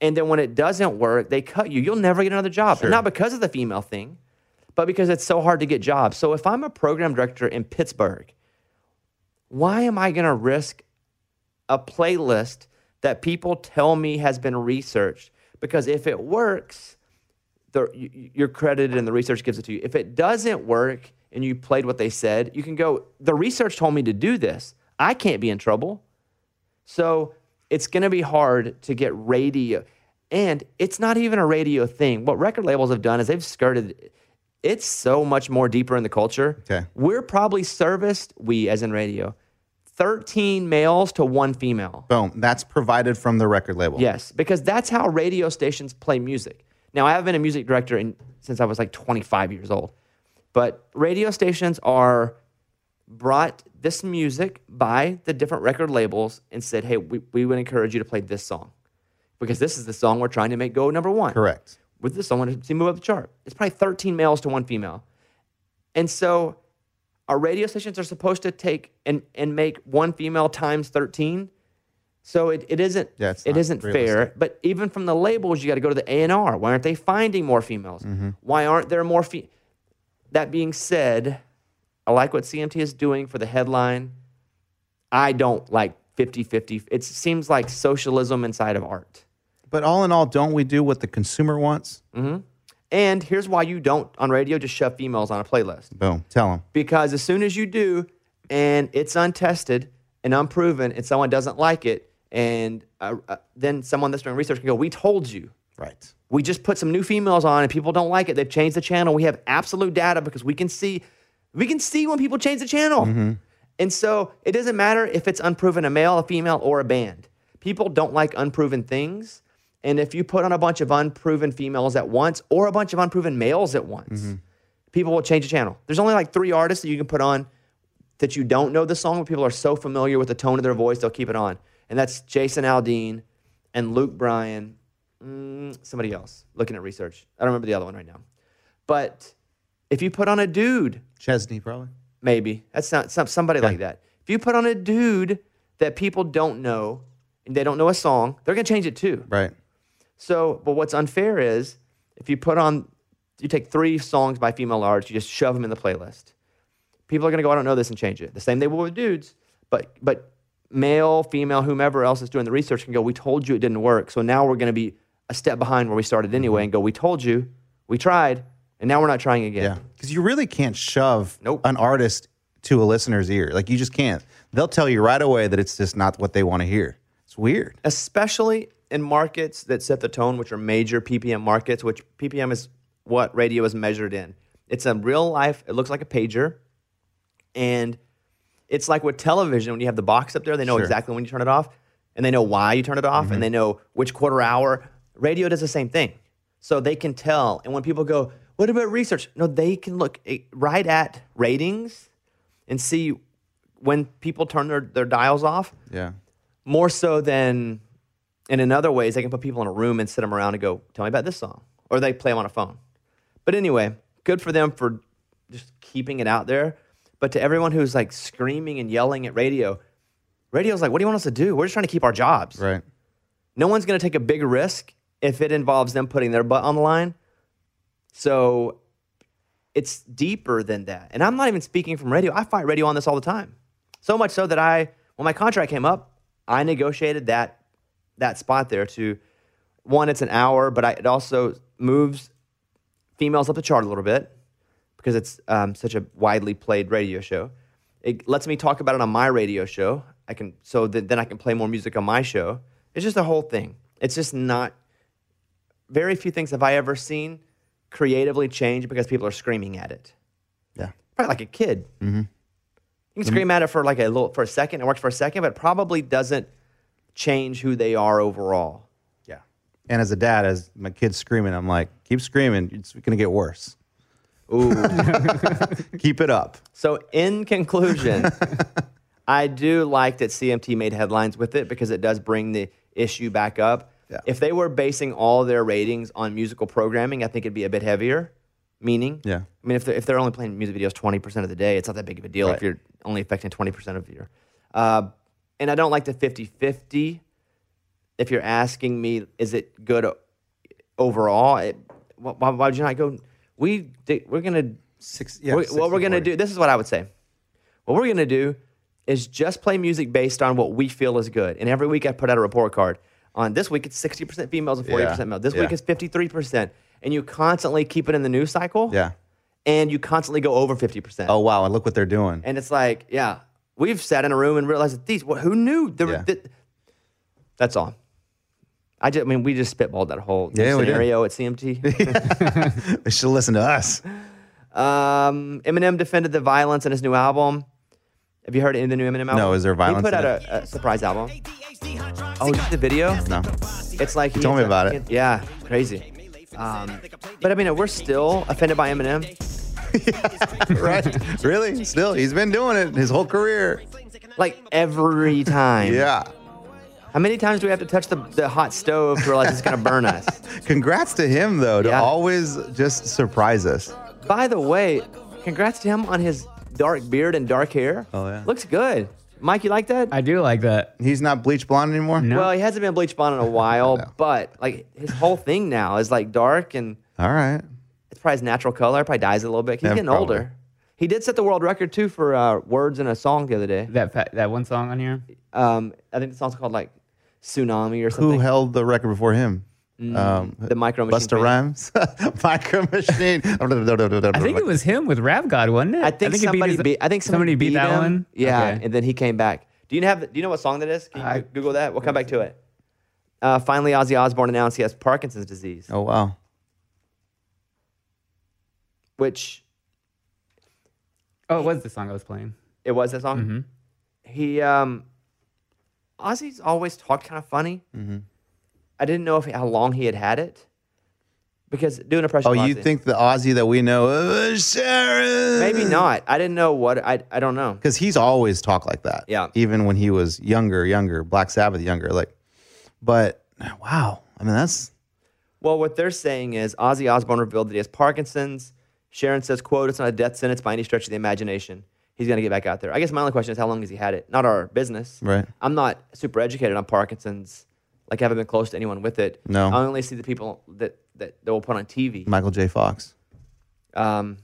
Speaker 1: And then when it doesn't work, they cut you. You'll never get another job. And not because of the female thing, but because it's so hard to get jobs. So if I'm a program director in Pittsburgh, why am I going to risk a playlist that people tell me has been researched? Because if it works, the, you- you- you're credited and the research gives it to you. If it doesn't work and you played what they said, you can go, the research told me to do this. I can't be in trouble. So it's going to be hard to get radio. And it's not even a radio thing. What record labels have done is they've skirted it's so much more deeper in the culture.
Speaker 2: Okay.
Speaker 1: We're probably serviced, we as in radio, 13 males to one female.
Speaker 2: Boom. That's provided from the record label.
Speaker 1: Yes, because that's how radio stations play music. Now, I have been a music director in, since I was like 25 years old, but radio stations are brought this music by the different record labels and said, hey, we, we would encourage you to play this song because this is the song we're trying to make go number one
Speaker 2: Correct.
Speaker 1: with this, I want to see move up the chart. It's probably 13 males to one female. And so our radio stations are supposed to take and, and make one female times 13. So it, it isn't
Speaker 2: Yeah, it's
Speaker 1: it
Speaker 2: not
Speaker 1: isn't fair.
Speaker 2: realistic.
Speaker 1: But even from the labels, you got to go to the A and R. Why aren't they finding more females?
Speaker 2: Mm-hmm.
Speaker 1: Why aren't there more? Fe- that being said, I like what CMT is doing for the headline. I don't like 50-50. It seems like socialism inside of art.
Speaker 2: But all in all, don't we do what the consumer wants?
Speaker 1: Mm. And here's why you don't on radio just shove females on a playlist.
Speaker 2: Boom. Tell them.
Speaker 1: because as soon as you do and it's untested and unproven and someone doesn't like it and uh, uh, then someone that's doing research can go we told you
Speaker 2: Right.
Speaker 1: we just put some new females on and people don't like it they've changed the channel we have absolute data because we can see we can see when people change the channel and so it doesn't matter if it's unproven a male a female or a band people don't like unproven things and if you put on a bunch of unproven females at once or a bunch of unproven males at once people will change the channel there's only like three artists that you can put on that you don't know the song but people are so familiar with the tone of their voice they'll keep it on and that's jason aldean and luke bryan Mm, somebody else looking at research. I don't remember the other one right now. But if you put on a dude,
Speaker 2: Chesney, probably.
Speaker 1: maybe that's not some, somebody like that. If you put on a dude that people don't know and they don't know a song, they're gonna change it too.
Speaker 2: Right.
Speaker 1: So, but what's unfair is if you put on, you take three songs by female artists, you just shove them in the playlist. People are gonna go, I don't know this, and change it. The same they will with dudes, but but male, female, whomever else is doing the research can go, we told you it didn't work, so now we're gonna be a step behind where we started anyway, and go, we told you, we tried, and now we're not trying again.
Speaker 2: Yeah. Because you really can't shove
Speaker 1: Nope.
Speaker 2: an artist to a listener's ear. Like you just can't. They'll tell you right away that it's just not what they want to hear. It's weird.
Speaker 1: especially in markets that set the tone, which are major PPM markets, which PPM is what radio is measured in. It's a real life, it looks like a pager. And it's like with television, when you have the box up there, they know exactly when you turn it off and they know why you turn it off and they know which quarter hour. Radio does the same thing. So they can tell. And when people go, what about research? No, they can look eh, right at ratings and see when people turn their, their dials off
Speaker 2: Yeah.
Speaker 1: more so than and in other ways they can put people in a room and sit them around and go tell me about this song or they play them on a phone but anyway good for them for just keeping it out there but to everyone who's like screaming and yelling at radio radio's like what do you want us to do we're just trying to keep our jobs
Speaker 2: Right.
Speaker 1: no one's going to take a big risk if it involves them putting their butt on the line. So it's deeper than that. And I'm not even speaking from radio. I fight radio on this all the time. So much so that I, when my contract came up, I negotiated that that spot there to one, it's an hour, but I, it also moves females up the chart a little bit because it's um, such a widely played radio show. It lets me talk about it on my radio show. I can so that then I can play more music on my show. It's just a whole thing. It's just not very few things have I ever seen creatively change because people are screaming at it.
Speaker 2: Yeah.
Speaker 1: Probably like a kid. Mm-hmm. You can scream at it for like a little for a second. It works for a second, but it probably doesn't change who they are overall.
Speaker 2: Yeah. And as a dad, as my kid's screaming, I'm like, keep screaming. It's going to get worse.
Speaker 1: Ooh.
Speaker 2: Keep it up.
Speaker 1: So, in
Speaker 2: [laughs]
Speaker 1: conclusion, I do like that CMT made headlines with it because it does bring the issue back up.
Speaker 2: Yeah.
Speaker 1: If they were basing all their ratings on musical programming, I think it'd be a bit heavier. Meaning,
Speaker 2: Yeah.
Speaker 1: I mean, if they're, if they're only playing music videos twenty percent of the day, it's not that big of a deal if
Speaker 2: Right.
Speaker 1: you're only affecting twenty percent of your. Uh, and I don't like the 50-50. If you're asking me, is it good o- overall? It, wh- why, why would you not go? We di- we're gonna
Speaker 2: Six,
Speaker 1: we're- what we're going to do, this is what I would say. What we're going to do is just play music based on what we feel is good. And every week I put out a report card. On this week, it's 60% females and 40%
Speaker 2: Yeah,
Speaker 1: males. This week
Speaker 2: yeah.
Speaker 1: is 53%. And you constantly keep it in the news cycle.
Speaker 2: Yeah.
Speaker 1: And you constantly go over 50%.
Speaker 2: Oh, wow. And look what they're doing.
Speaker 1: And it's like, yeah, we've sat in a room and realized that these, who knew? There were,
Speaker 2: Yeah.
Speaker 1: th- that's all. I just, I mean, we just spitballed that whole
Speaker 2: Yeah, we did.
Speaker 1: scenario at CMT.
Speaker 2: they should listen to us.
Speaker 1: Um, Eminem defended the violence in his new album. Have you heard any of the new Eminem album?
Speaker 2: is there violence
Speaker 1: He put out
Speaker 2: in
Speaker 1: a, a surprise album. Oh, did you see the video?
Speaker 2: No.
Speaker 1: It's like he
Speaker 2: Tell me about it.
Speaker 1: Yeah, crazy. Um, but I mean, we're still offended by
Speaker 2: [laughs]
Speaker 1: Eminem.
Speaker 2: right? Really? Still, he's been doing it his whole career.
Speaker 1: [laughs] Like every time.
Speaker 2: Yeah.
Speaker 1: How many times do we have to touch the, the hot stove to realize it's gonna burn us?
Speaker 2: [laughs] Congrats to him, though, to
Speaker 1: Yeah.
Speaker 2: always just surprise us.
Speaker 1: By the way, congrats to him on his dark beard and dark hair.
Speaker 2: Oh, yeah.
Speaker 1: Looks good. Mike, you like that?
Speaker 4: I do like that.
Speaker 2: He's not bleach blonde anymore.
Speaker 4: No.
Speaker 1: Well, he hasn't been bleach blonde in a
Speaker 2: [laughs]
Speaker 1: while, but like his whole thing now is like dark and
Speaker 2: All right.
Speaker 1: it's probably his natural color. Probably dyes it a little bit. He's
Speaker 2: Yeah,
Speaker 1: getting
Speaker 2: probably.
Speaker 1: older. He did set the world record too for uh, words in a song the other day.
Speaker 4: That fa- that one song on here.
Speaker 1: Um, I think the song's called like Tsunami or
Speaker 2: Who
Speaker 1: something. Mm,
Speaker 2: held the record before him? um,
Speaker 1: the Micro Machine
Speaker 2: Buster
Speaker 1: fan.
Speaker 2: Rhymes, [laughs] Micro Machine.
Speaker 1: [laughs]
Speaker 4: I think it was him with Rav God, wasn't it?
Speaker 1: I think,
Speaker 4: he beat
Speaker 1: somebody
Speaker 4: his-
Speaker 1: beat. I think somebody,
Speaker 4: beat, that
Speaker 1: him.
Speaker 4: one.
Speaker 1: Yeah,
Speaker 4: Okay.
Speaker 1: and then he came back. Do you have? Do you know what song that is? Can you
Speaker 4: I-
Speaker 1: Goo- Google that. We'll come back to it. Uh, finally, Ozzy Osbourne announced he has Parkinson's disease,
Speaker 2: Oh wow.
Speaker 1: which
Speaker 4: Oh, it was the song I was playing.
Speaker 1: it was that song.
Speaker 2: Mm-hmm.
Speaker 1: He um, Ozzy's always talked kind of funny.
Speaker 2: Mm-hmm.
Speaker 1: I didn't know if how long he had had it because do an impression.
Speaker 2: Oh,
Speaker 1: of
Speaker 2: you
Speaker 1: Ozzy.
Speaker 2: think the Aussie that we know, uh, Sharon?
Speaker 1: Maybe not. I didn't know what. I I don't know.
Speaker 2: because he's always talked like that.
Speaker 1: Yeah.
Speaker 2: Even when he was younger, younger, Black Sabbath, younger. Like, but wow. I mean, that's
Speaker 1: Well, what they're saying is Ozzy Osbourne revealed that he has Parkinson's. Sharon says, quote, it's not a death sentence by any stretch of the imagination. He's going to get back out there. I guess my only question is how long has he had it? Not our business.
Speaker 2: Right.
Speaker 1: I'm not super educated on Parkinson's. Like, I haven't been close to anyone with it.
Speaker 2: No.
Speaker 1: I only see the people that, that, that will put on TV.
Speaker 2: Michael J. Fox.
Speaker 1: Um,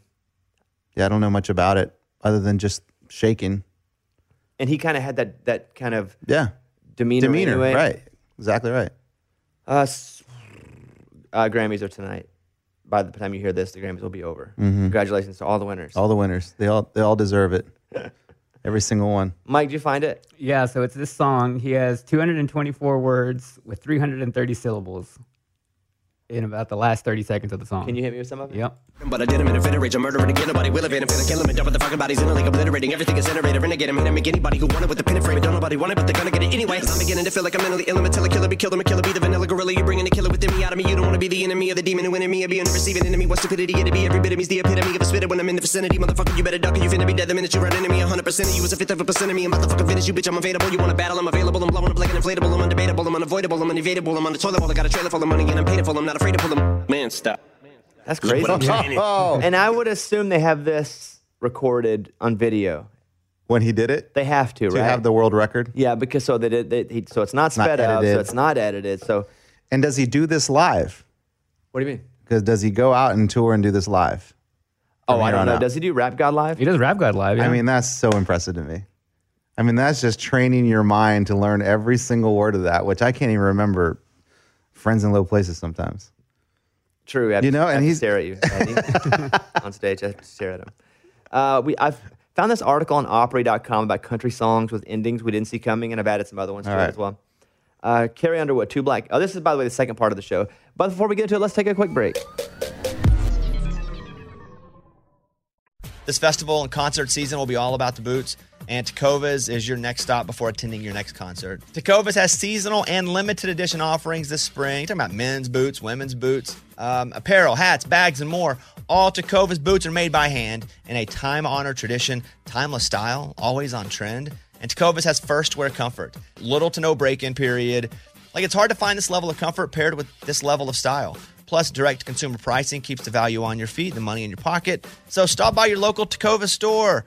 Speaker 2: Yeah, I don't know much about it other than just shaking.
Speaker 1: and he kind of had that, that kind of
Speaker 2: Yeah.
Speaker 1: demeanor.
Speaker 2: Demeanor.
Speaker 1: anyway.
Speaker 2: Right. Exactly right.
Speaker 1: Uh, s- uh, Grammys are tonight. By the time you hear this, the Grammys will be over. Congratulations to all the winners.
Speaker 2: Mm-hmm. All the winners. They all they all
Speaker 1: [laughs]
Speaker 2: deserve it. Every single one.
Speaker 1: Mike, did you find it?
Speaker 4: Yeah, so it's this song. He has 224 words with 330 syllables in about the last 30 seconds of the song.
Speaker 1: Can you hit me with some of it?
Speaker 4: Yep.
Speaker 5: But I did him in a fit of rage, a murderer to get nobody will evade him, finna kill him and dump the fucking bodies in a lake, obliterating everything is iterator, renegade him, and make anybody who wanted with the pin and frame it. Don't nobody want it, but they're gonna get it anyway. I'm beginning to feel like I'm mentally ill, I'm a killer, be killed, I'm a killer, be the vanilla gorilla, you bringing the killer within me out of me. You don't wanna be the enemy of the demon who enemy of being the receiving enemy. What stupidity it'd be, every bit of me's the epitome of a spitter when I'm in the vicinity. Motherfucker, you better duck or you finna be dead the minute you run into me. 100% of you is a fifth of a percent of me. I'm about to fucking finish you, bitch, I'm available. You wanna battle, I'm available, I'm blowing up like an inflatable, I'm undebatable, I'm unavoidable, I'm unevadable, I'm on the toilet bowl, I got a trailer full of money and I'm paid for, I'm not afraid to pull them. Man, stop.
Speaker 1: That's crazy.
Speaker 2: [laughs] Oh.
Speaker 1: [laughs] And I would assume they have this recorded on video.
Speaker 2: When he did it
Speaker 1: They have to,
Speaker 2: to
Speaker 1: right?
Speaker 2: have the world record.
Speaker 1: yeah, because so that it, that he, so it's not
Speaker 2: not
Speaker 1: sped up, so
Speaker 2: edited.
Speaker 1: it's not edited. So
Speaker 2: And does he do this live?
Speaker 1: what do you mean?
Speaker 2: Because does he go out and tour and do this live?
Speaker 1: Oh, I
Speaker 2: here
Speaker 1: don't
Speaker 2: on
Speaker 1: know.
Speaker 2: out.
Speaker 1: Does he do Rap God Live?
Speaker 4: He does Rap God Live. Yeah.
Speaker 2: I mean, that's so impressive to me. I mean, that's just training your mind to learn every single word of that, which I can't even remember. Friends in low places sometimes.
Speaker 1: True. I have
Speaker 2: You
Speaker 1: to-
Speaker 2: know,
Speaker 1: I have
Speaker 2: and
Speaker 1: to
Speaker 2: he's-
Speaker 1: stare at you
Speaker 2: [laughs]
Speaker 1: Andy. on stage. I have to stare at him. Uh, we I've found this article on Opry.com about country songs with endings we didn't see coming, and I've added some other ones to
Speaker 2: All
Speaker 1: it
Speaker 2: right.
Speaker 1: as well. Uh, Carrie Underwood, Two Black. Oh, this is by the way the second part of the show. But before we get to it, let's take a quick break. This festival and concert season will be all about the boots, and Takovas is your next stop before attending your next concert. Takovas has seasonal and limited edition offerings this spring. You're talking about men's boots, women's boots, um, apparel, hats, bags, and more. All Takovas boots are made by hand in a time honored tradition, timeless style, always on trend. And Takovas has first wear comfort, little to no break in period. Like it's hard to find this level of comfort paired with this level of style. Plus, direct consumer pricing keeps the value on your feet, the money in your pocket. So stop by your local Tacova store,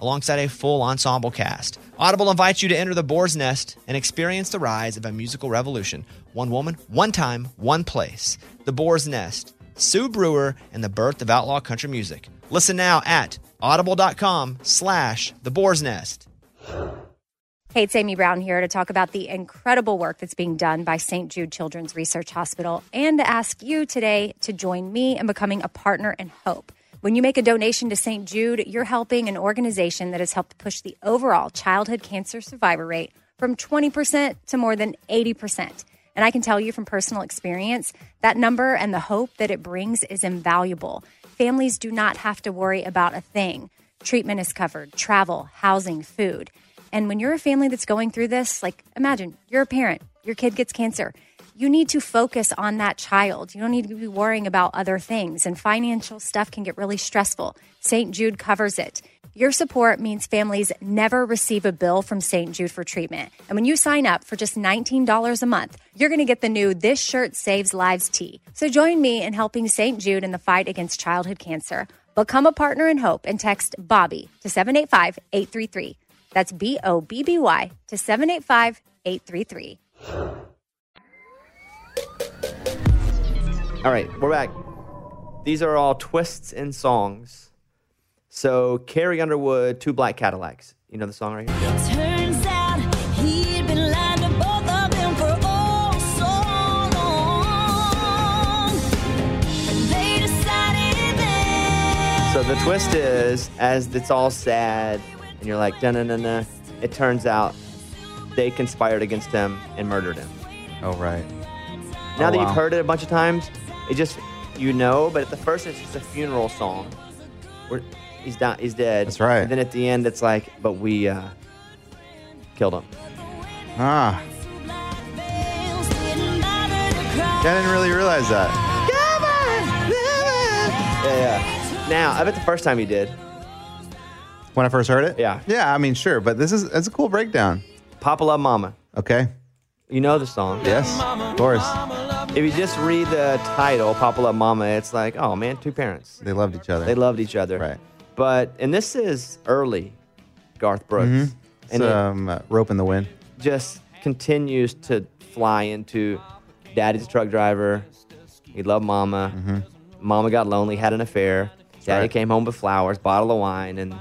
Speaker 9: alongside a full ensemble cast. Audible invites you to enter the boar's nest and experience the rise of a musical revolution. One woman, one time, one place. The boar's nest, Sue Brewer, and the birth of outlaw country music. Listen now at audible.com slash the boar's nest.
Speaker 10: Hey, it's Amy Brown here to talk about the incredible work that's being done by St. Jude Children's Research Hospital and to ask you today to join me in becoming a partner in hope. When you make a donation to St. Jude, you're helping an organization that has helped push the overall childhood cancer survivor rate from 20% to more than 80%. And I can tell you from personal experience, that number and the hope that it brings is invaluable. Families do not have to worry about a thing. Treatment is covered, travel, housing, food. And when you're a family that's going through this, like imagine you're a parent, your kid gets cancer. You need to focus on that child. You don't need to be worrying about other things, and financial stuff can get really stressful. St. Jude covers it. Your support means families never receive a bill from St. Jude for treatment. And when you sign up for just $19 a month, you're going to get the new This Shirt Saves Lives tee. So join me in helping St. Jude in the fight against childhood cancer. Become a partner in hope and text Bobby to 785 833. That's B O B B Y to 785 833.
Speaker 1: All right, we're back. These are all twists in songs. So Carrie Underwood, Two Black Cadillacs. You know the song right here?
Speaker 3: Turns out he'd been lying to both of them for oh so long. They decided then.
Speaker 1: So the twist is, as it's all sad, and you're like, dun dun dun, it turns out they conspired against him and murdered him.
Speaker 2: Oh, right.
Speaker 1: Now
Speaker 2: Oh,
Speaker 1: that
Speaker 2: wow.
Speaker 1: you've heard it a bunch of times, it just you know. But at the first, it's just a funeral song. Where he's down, he's dead. That's
Speaker 2: right.
Speaker 1: And then at the end, it's like, but we uh, killed him.
Speaker 2: Ah. I didn't really realize that.
Speaker 1: Yeah, yeah. Now I bet the first time you did.
Speaker 2: When I first heard it?
Speaker 1: Yeah.
Speaker 2: Yeah, I mean, sure, but this is that's a cool breakdown.
Speaker 1: Papa Love Mama.
Speaker 2: Okay.
Speaker 1: You know the song.
Speaker 2: Yes. Of course.
Speaker 1: If you just read the title, Papa Love Mama, it's like, oh man, two parents.
Speaker 2: They loved each other.
Speaker 1: They loved each other.
Speaker 2: Right.
Speaker 1: But and this is early, Garth Brooks,
Speaker 2: Mhm.
Speaker 1: and
Speaker 2: It's, um, uh, rope in the wind.
Speaker 1: it just continues to fly into Daddy's a truck driver. He loved Mama. Mama got lonely, had an affair. Daddy
Speaker 2: Mm-hmm. right.
Speaker 1: came home with flowers, bottle of wine, and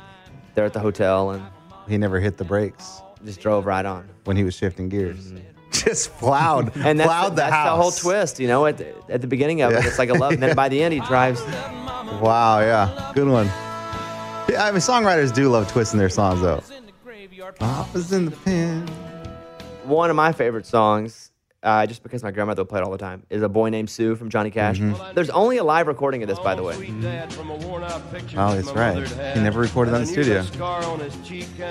Speaker 1: they're at the hotel and
Speaker 2: He never hit the brakes
Speaker 1: just drove right on.
Speaker 2: when he was shifting gears. [laughs] Just plowed,
Speaker 1: Mm-hmm. And that's,
Speaker 2: plowed the
Speaker 1: that's
Speaker 2: house.
Speaker 1: the whole twist, you know. At the, at the beginning of it,
Speaker 2: Yeah.
Speaker 1: it's like a love, and then by the
Speaker 2: [laughs]
Speaker 1: end, he drives.
Speaker 2: Wow, yeah, good one. Yeah, I mean, songwriters do love twists in their songs, though. Papa's in the pen.
Speaker 1: one of my favorite songs, uh, just because my grandmother would play it all the time, is A Boy Named Sue from Johnny Cash. There's only a live recording of this, by the way.
Speaker 2: Oh, that's right. He never recorded that in the studio.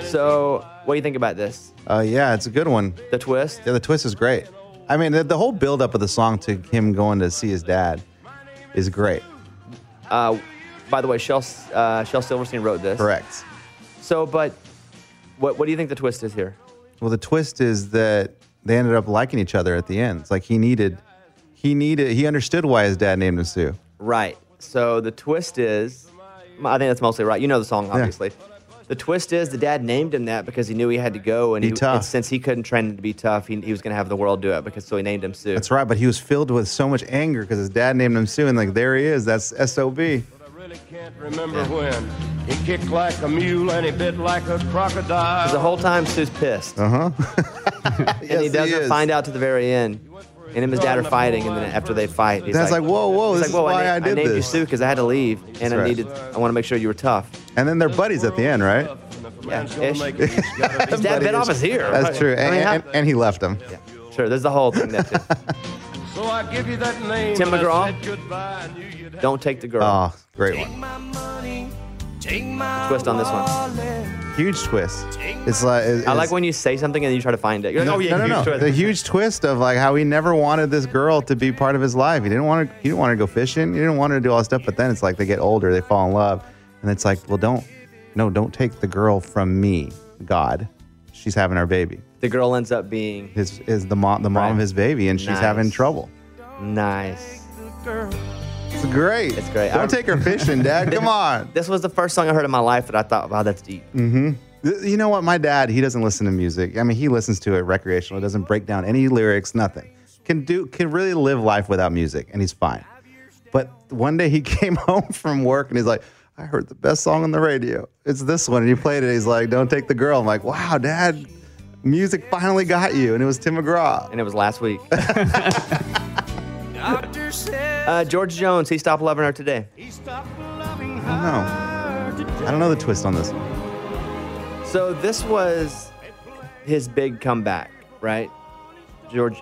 Speaker 1: So, what do you think about this?
Speaker 2: Oh, yeah, it's a good one.
Speaker 1: The twist?
Speaker 2: Yeah, the twist is great. I mean, the, the whole buildup of the song to him going to see his dad is great.
Speaker 1: Uh, by the way, Shel, uh, Shel Silverstein wrote this.
Speaker 2: Correct.
Speaker 1: So, but what, what do you think the twist is here?
Speaker 2: Well, the twist is that they ended up liking each other at the end. It's like he needed, he needed, he understood why his dad named him Sue.
Speaker 1: Right. So, the twist is I think that's mostly right. You know the song, obviously. The twist is the dad named him that because he knew he had to go, and,
Speaker 2: Be
Speaker 1: he,
Speaker 2: tough.
Speaker 1: and since he couldn't train him to be tough, he, he was going to have the world do it because so he named him Sue.
Speaker 2: That's right, but he was filled with so much anger because his dad named him Sue, and like there he is. That's sob.
Speaker 11: Remember when he kicked like a mule and he bit like a crocodile.
Speaker 1: The whole time Sue's pissed.
Speaker 2: Uh huh.
Speaker 1: and he doesn't find out to the very end. And him and his dad are fighting, and then after they fight, he's
Speaker 2: That's
Speaker 1: like,
Speaker 2: like, whoa, whoa,
Speaker 1: he's
Speaker 2: this
Speaker 1: like, "Whoa,
Speaker 2: is why
Speaker 1: na-
Speaker 2: I, did
Speaker 1: named you
Speaker 2: this.
Speaker 1: Sue because I had to leave, and I
Speaker 2: right.
Speaker 1: needed, I want to make sure you were tough."
Speaker 2: And then they're buddies at the end, right?
Speaker 1: Yeah, ish. his dad bit off his ear.
Speaker 2: That's true.
Speaker 1: I
Speaker 2: And,
Speaker 1: mean, how-
Speaker 2: and, and he left them.
Speaker 1: sure, there's the whole thing. That's it.
Speaker 11: [laughs] So I give you that name.
Speaker 1: Tim
Speaker 11: and I
Speaker 1: McGraw.
Speaker 11: said goodbye. I knew you'd
Speaker 1: Don't take the girl.
Speaker 2: Oh, great one.
Speaker 11: take my
Speaker 1: Twist on this one.
Speaker 2: Huge twist. It's like it's,
Speaker 1: I like when you say something and then you try to find it. You're like, "Oh yeah,
Speaker 2: no, no,
Speaker 1: you
Speaker 2: no.
Speaker 1: twist."
Speaker 2: The huge twist of like how he never wanted this girl to be part of his life. He didn't want to. He didn't want her to go fishing. He didn't want her to do all this stuff. But then it's like they get older, they fall in love, and it's like, well, don't, no, don't take the girl from me, God. She's having our baby.
Speaker 1: the girl ends up being
Speaker 2: his is the mom the mom of his baby, and she's
Speaker 1: Nice.
Speaker 2: having trouble.
Speaker 1: nice.
Speaker 2: It's great.
Speaker 1: It's great.
Speaker 2: Don't take her
Speaker 1: [laughs]
Speaker 2: fishing, Dad. Come on.
Speaker 1: This was the first song I heard in my life that I thought, wow, that's deep.
Speaker 2: Mm-hmm. You know what? My dad, he doesn't listen to music. I mean, he listens to it recreational. It doesn't break down any lyrics, nothing. Can do can really live life without music, and he's fine. But one day he [laughs] came home from work and he's like, I heard the best song on the radio. It's this one. And he played it. He's like, Don't take the girl. I'm like, Wow, dad, music finally got you. And it was Tim McGraw.
Speaker 1: And it was last week. Uh, George Jones, he stopped loving her today.
Speaker 2: I don't know. I don't know the twist on this one.
Speaker 1: So this was his big comeback, right? George.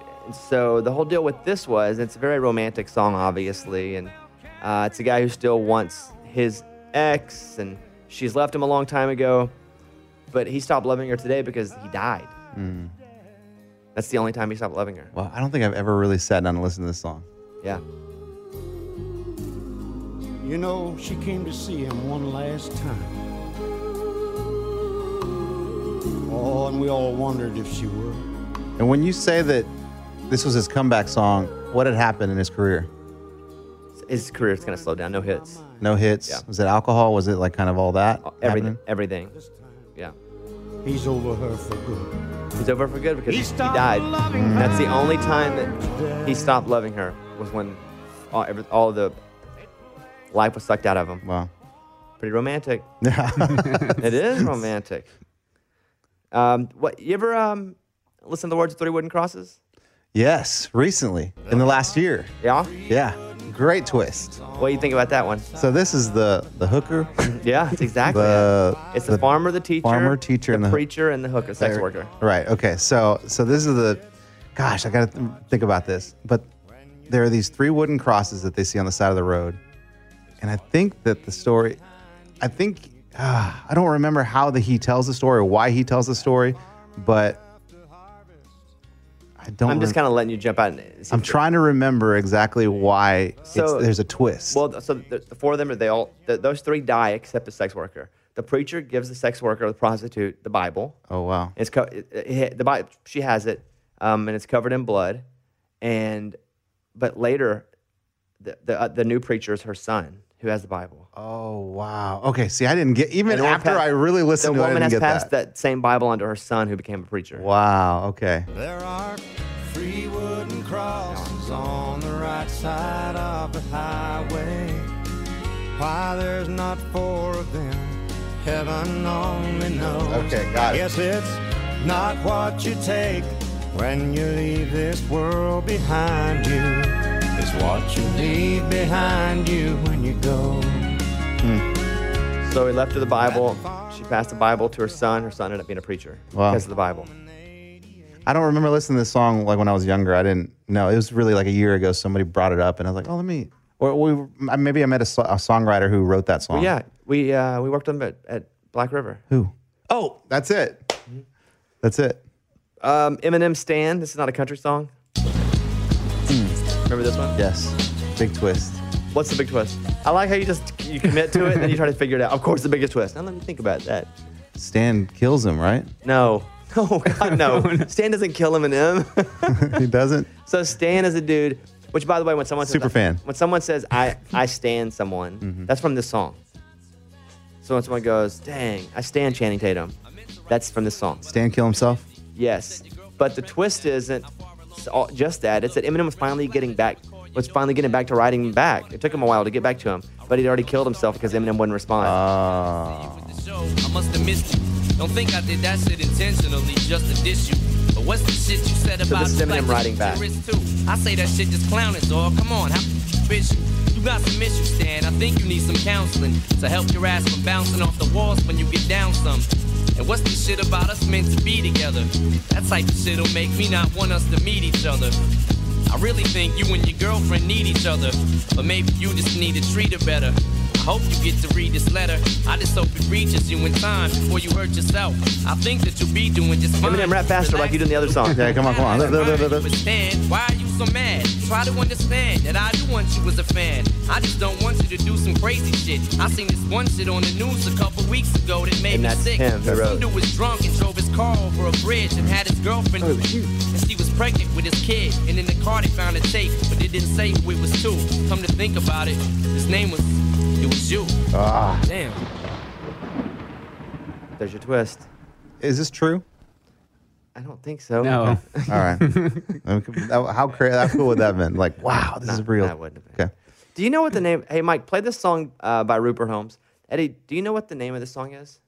Speaker 1: So the whole deal with this was it's a very romantic song, obviously, and uh, it's a guy who still wants his ex, and she's left him a long time ago, but he stopped loving her today because he died.
Speaker 2: Mm.
Speaker 1: That's the only time he stopped loving her.
Speaker 2: Well, I don't think I've ever really sat down and listened to this song.
Speaker 1: Yeah.
Speaker 12: You know, she came to see him one last time. Oh, and we all wondered if she would.
Speaker 2: And when you say that this was his comeback song, what had happened in his career?
Speaker 1: His career's gonna slow down. No hits.
Speaker 2: No hits. Was it alcohol? Was it like kind of all that?
Speaker 1: Uh, Everything.
Speaker 2: happening?
Speaker 1: Everything. Yeah.
Speaker 12: He's over her for good.
Speaker 1: He's over for good because he, he died. That's the only time that he stopped loving her was when all, every, all the life was sucked out of him.
Speaker 2: Wow.
Speaker 1: Pretty
Speaker 2: [laughs]
Speaker 1: romantic. it is romantic. Um, what you ever um, listen to the words of Three Wooden Crosses?
Speaker 2: Yes, recently in the last year.
Speaker 1: Yeah.
Speaker 2: Yeah. Great twist.
Speaker 1: What do you think about that one?
Speaker 2: So this is the
Speaker 1: [laughs]
Speaker 2: the hooker.
Speaker 1: Yeah, it's exactly.
Speaker 2: The,
Speaker 1: it's the, farmer, the teacher,
Speaker 2: farmer, teacher,
Speaker 1: the,
Speaker 2: and the hook-
Speaker 1: preacher, and the hooker, sex
Speaker 2: There-
Speaker 1: worker.
Speaker 2: Right. Okay. So so this is the, gosh, I gotta th- think about this. But there are these three wooden crosses that they see on the side of the road, and I think that the story, I think, uh, I don't remember how the he tells the story or why he tells the story, but I don't.
Speaker 1: I'm just
Speaker 2: rem-
Speaker 1: kind of letting you jump out. And see
Speaker 2: I'm
Speaker 1: if-
Speaker 2: trying to remember exactly why
Speaker 1: So-
Speaker 2: it's, there's a twist.
Speaker 1: Well, th- so the, the four of them are they all th those three die except the sex worker. The preacher gives the sex worker, the prostitute, the Bible.
Speaker 2: Oh wow.
Speaker 1: It's co- it, it- the Bible. She has it, um, and it's covered in blood. And but later, the the, uh, the new preacher is her son who has the Bible.
Speaker 2: Oh wow. Okay. See, I didn't get even
Speaker 1: And the woman
Speaker 2: after
Speaker 1: pa-
Speaker 2: I really listened
Speaker 1: The
Speaker 2: to it. I
Speaker 1: woman has
Speaker 2: didn't get
Speaker 1: passed
Speaker 2: that.
Speaker 1: that. same Bible onto her son who became a preacher.
Speaker 2: Wow. Okay.
Speaker 5: Three wooden crosses on the right side of the highway. Why there's not four of them, heaven only knows.
Speaker 2: Okay, got it.
Speaker 5: Yes, it's not what you take when you leave this world behind you. It's what you leave behind you when you go.
Speaker 1: So he left her the Bible. She passed the Bible to her son. Her son ended up being a preacher
Speaker 2: Wow.
Speaker 1: because of the Bible.
Speaker 2: I don't remember listening to this song like when I was younger. I didn't know. It was really like a year ago. Somebody brought it up, and I was like, "Oh, let me." Or we, maybe I met a, so- a songwriter who wrote that song.
Speaker 1: Well, yeah, we uh, we worked on them at, at Black River.
Speaker 2: Who? Oh, that's it.
Speaker 1: Mm-hmm.
Speaker 2: That's it.
Speaker 1: Um, Eminem Stan. This is not a country song.
Speaker 2: Hmm.
Speaker 1: Remember this one?
Speaker 2: Yes. Big twist.
Speaker 1: What's the big twist? I like how you just you commit to it and then you try to figure it out. Of course, the biggest twist. Now let me think about that.
Speaker 2: Stan kills him, right?
Speaker 1: No, [laughs] no, God, no. Stan doesn't kill Eminem.
Speaker 2: he doesn't.
Speaker 1: [laughs] so Stan is a dude. Which, by the way, when someone says
Speaker 2: Super fan.
Speaker 1: when someone says I I stand someone, that's from this song. So when someone goes, "Dang, I stand Channing Tatum," that's from this song.
Speaker 2: Stan kill himself.
Speaker 1: Yes, but the twist isn't s- all- just that. It's that Eminem was finally getting back. Was finally getting back to writing him back. It took him a while to get back to him, but he'd already killed himself because Eminem wouldn't respond.
Speaker 13: show. I must have missed you. Don't think I did that shit intentionally just to diss you. But what's the shit you said
Speaker 1: So
Speaker 13: about
Speaker 1: this is
Speaker 13: you
Speaker 1: Eminem
Speaker 13: like
Speaker 1: riding back.
Speaker 13: terrorists too? I say that shit just clowning, dog. Come on, how bitch you? You got some issues, Stan. I think you need some counseling to help your ass from bouncing off the walls when you get down some. Um, And what's the shit about us meant to be together? That type of shit'll make me not want us to meet each other. I really think you and your girlfriend need each other, but maybe you just need to treat her better. Hope you get to read this letter. I just hope it reaches you in time before you hurt yourself. I think that you'll be doing just fine.
Speaker 1: Eminem, rap faster like you did in the other song.
Speaker 2: Yeah, come on, come on. Look, look, look,
Speaker 1: [laughs]
Speaker 2: look, look.
Speaker 13: understand why are you so mad. Try to understand that I do want you as a fan. I just don't want you to do some crazy shit. I seen this one shit on the news a couple weeks ago that made
Speaker 1: And
Speaker 13: me
Speaker 1: that's
Speaker 13: sick.
Speaker 1: him, the
Speaker 13: Some
Speaker 1: road.
Speaker 13: dude was drunk and drove his car over a bridge and had his girlfriend.
Speaker 1: Oh,
Speaker 13: and she was pregnant with his kid. And in the car they found a tape, but they didn't say who it was to. Come to think about it, his name was it was you.
Speaker 1: Ah.
Speaker 13: Damn.
Speaker 1: There's your twist.
Speaker 2: Is this true?
Speaker 1: I don't think so.
Speaker 2: All right. Um, that- How cra- how cool would that have been? Like, wow, this is real.
Speaker 1: that wouldn't have been. Do you know what the name? Hey, Mike, play this song uh, by Rupert Holmes. Eddie, do you know what the name of this song is?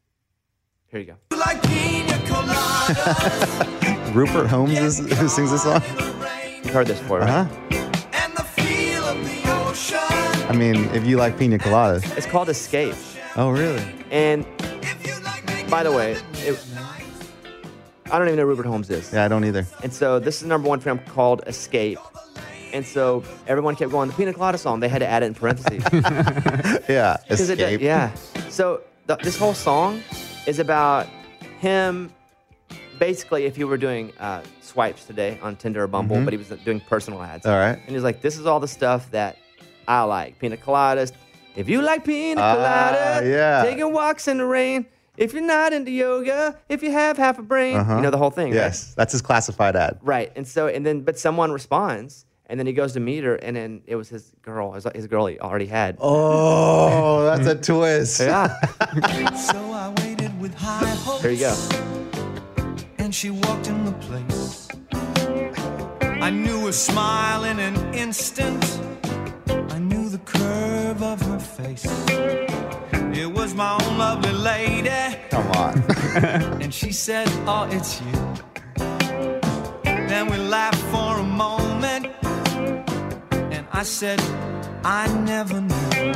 Speaker 1: Here you go.
Speaker 2: Okay. Rupert Holmes is, [laughs] who sings this song?
Speaker 1: You heard this before, right?
Speaker 2: Uh-huh. I mean, if you like pina coladas.
Speaker 1: It's called Escape.
Speaker 2: Oh, really?
Speaker 1: And by the way, it, I don't even know who Rupert Holmes is.
Speaker 2: Yeah, I don't either.
Speaker 1: And so this is number one film called Escape. And so everyone kept going, the Pina Colada song. They had to add it in parentheses.
Speaker 2: Yeah,
Speaker 1: 'Cause it
Speaker 2: escape.
Speaker 1: does- yeah. So the, this whole song is about him. Basically, if you were doing uh, swipes today on Tinder or Bumble,
Speaker 2: Mhm.
Speaker 1: but he was doing personal ads.
Speaker 2: All right.
Speaker 1: And he's like, "This is all the stuff that I like: pina coladas. If you like pina
Speaker 2: Ah,
Speaker 1: colada,
Speaker 2: yeah.
Speaker 1: taking walks in the rain. If you're not into yoga, if you have half a brain,
Speaker 2: Uh-huh.
Speaker 1: you know the whole thing. right?
Speaker 2: Yes, that's his
Speaker 1: [laughs]
Speaker 2: classified ad.
Speaker 1: Right. And so, and then, but someone responds, and then he goes to meet her, and then it was his girl. It was his girl he already had.
Speaker 2: Oh, that's a twist.
Speaker 1: Yeah.
Speaker 5: so I waited with high hopes.
Speaker 1: Here you go.
Speaker 5: And she walked in the place. I knew a smile in an instant. I knew the curve of her face. It was my own lovely lady.
Speaker 2: Come on.
Speaker 5: And she said, Oh, it's you. Then we laughed for a moment. And I said, I never knew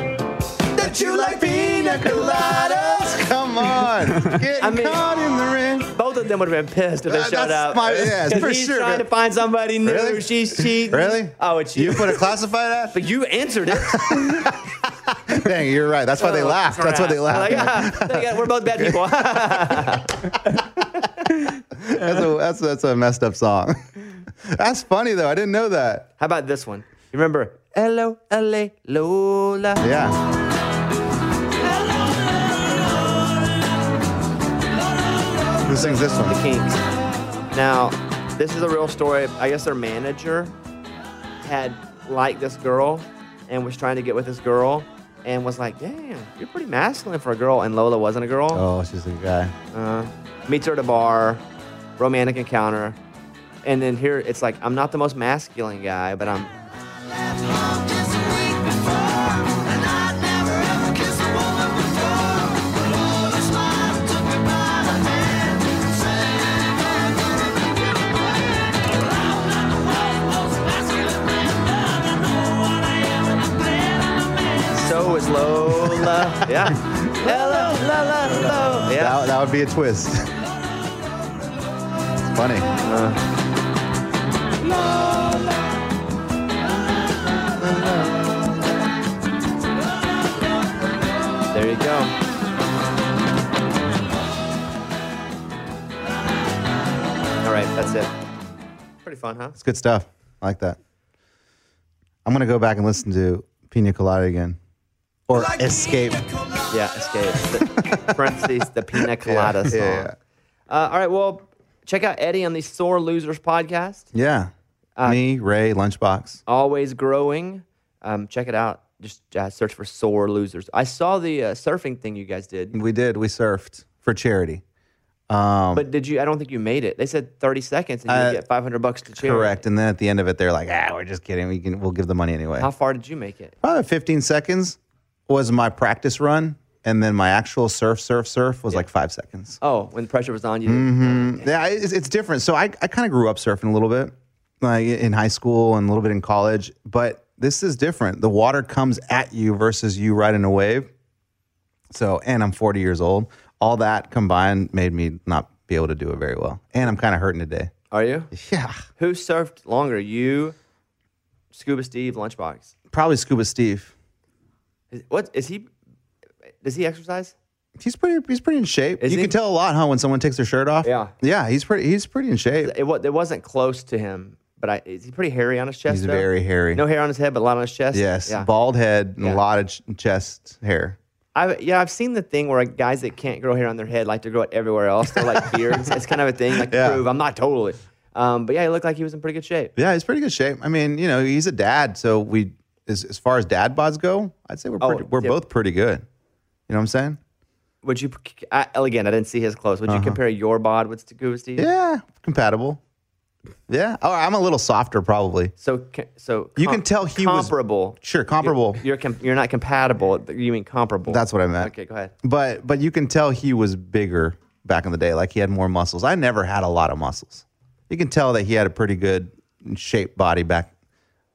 Speaker 5: that you like pina coladas.
Speaker 2: Come on. Getting
Speaker 1: [laughs] I mean-
Speaker 2: caught in the ring.
Speaker 1: Both of them would have been pissed if they
Speaker 2: Uh,
Speaker 1: showed
Speaker 2: that's
Speaker 1: up.
Speaker 2: my- yeah, it's
Speaker 1: 'Cause
Speaker 2: for
Speaker 1: he's
Speaker 2: sure,
Speaker 1: trying
Speaker 2: but-
Speaker 1: to find somebody new.
Speaker 2: Really?
Speaker 1: She's cheating.
Speaker 2: Really?
Speaker 1: Oh, it's you.
Speaker 2: You put a classified ad?
Speaker 1: but you answered it.
Speaker 2: [laughs] Dang, you're right. That's why they
Speaker 1: Oh,
Speaker 2: laughed. That's why they
Speaker 1: crap.
Speaker 2: laughed.
Speaker 1: Like, ah, they got- we're both bad
Speaker 2: [laughs]
Speaker 1: people.
Speaker 2: That's a, that's, that's a messed up song. [laughs] That's funny, though. I didn't know that.
Speaker 1: How about this one? You remember? Hello, LA, Lola.
Speaker 2: Yeah. Who sings this
Speaker 1: The
Speaker 2: one?
Speaker 1: Kinks. Now, this is a real story. I guess their manager had liked this girl and was trying to get with this girl and was like, damn, you're pretty masculine for a girl. And Lola wasn't a girl.
Speaker 2: Oh, she's a guy.
Speaker 1: Uh, meets her at a bar, romantic encounter. And then here it's like, I'm not the most masculine guy, but I'm. So is Lola. yeah. Hello, la, la, lo. Yeah.
Speaker 2: That, that would be
Speaker 1: [laughs]
Speaker 2: a twist. it's funny.
Speaker 1: There you go. All right, that's it. Pretty fun, huh?
Speaker 2: It's good stuff. I like that. I'm going to go back and listen to Pina Colada again. Or Escape.
Speaker 1: Yeah, escape.
Speaker 2: [laughs]
Speaker 1: The, parentheses, the pina colada
Speaker 2: yeah,
Speaker 1: song.
Speaker 2: yeah.
Speaker 1: Uh, all right, well, check out Eddie on the Sore Losers podcast.
Speaker 2: Yeah.
Speaker 1: Uh,
Speaker 2: Me, Ray, Lunchbox.
Speaker 1: Always growing. Um, check it out. Just uh, search for Sore Losers. I saw the uh, surfing thing you guys did,
Speaker 2: We did. We surfed for charity. Um,
Speaker 1: but did you? I don't think you made it. They said 30 seconds and you
Speaker 2: Uh,
Speaker 1: would get 500 bucks to charity.
Speaker 2: correct. And then at the end of it, they're like, ah, we're just kidding. We can, we'll give the money anyway.
Speaker 1: How far did you make it?
Speaker 2: Probably 15 seconds was my practice run. And then my actual surf, surf, surf was like five seconds.
Speaker 1: Oh, when the pressure was on you.
Speaker 2: hmm Yeah, it's, it's different. So I, I kind of grew up surfing a little bit, like in high school and a little bit in college. But this is different. The water comes at you versus you riding a wave. So, and I'm 40 years old. All that combined made me not be able to do it very well. And I'm kind of hurting today.
Speaker 1: Are you?
Speaker 2: Yeah.
Speaker 1: Who surfed longer? You, Scuba Steve, Lunchbox.
Speaker 2: Probably Scuba Steve.
Speaker 1: Is, what is he Does he exercise?
Speaker 2: He's pretty. He's pretty in shape. you can tell a lot, huh, when someone takes their shirt off. Yeah. Yeah. He's pretty. He's pretty in shape.
Speaker 1: It, wa- it wasn't close to him, but I, is he pretty hairy on his chest?
Speaker 2: He's
Speaker 1: though?
Speaker 2: very hairy.
Speaker 1: No hair on his head, but a lot on his chest.
Speaker 2: Yes.
Speaker 1: Yeah.
Speaker 2: Bald head and a lot of ch- chest hair.
Speaker 1: I yeah, I've seen the thing where like, guys that can't grow hair on their head like to grow it everywhere else. They're
Speaker 2: [laughs]
Speaker 1: like beards. it's kind of a thing, like to prove I'm not totally. Um, but yeah, he looked like he was in pretty good shape.
Speaker 2: Yeah, he's pretty good shape. I mean, you know, he's a dad, so we as as far as dad bods go, I'd say we're
Speaker 1: Oh,
Speaker 2: pretty, we're
Speaker 1: yeah.
Speaker 2: both pretty good. You know what I'm saying?
Speaker 1: Would you? I, again, I didn't see his clothes. Would you
Speaker 2: Uh-huh.
Speaker 1: compare your bod with Steve's?
Speaker 2: Yeah, compatible. Yeah. Oh, I'm a little softer probably.
Speaker 1: So ca- so
Speaker 2: You
Speaker 1: com-
Speaker 2: can tell he was-
Speaker 1: comparable.
Speaker 2: Sure, comparable.
Speaker 1: You're you're, com- you're not compatible. You mean comparable?
Speaker 2: That's what I meant.
Speaker 1: Okay, go ahead.
Speaker 2: But but you can tell he was bigger back in the day. Like he had more muscles. I never had a lot of muscles. You can tell that he had a pretty good shaped body back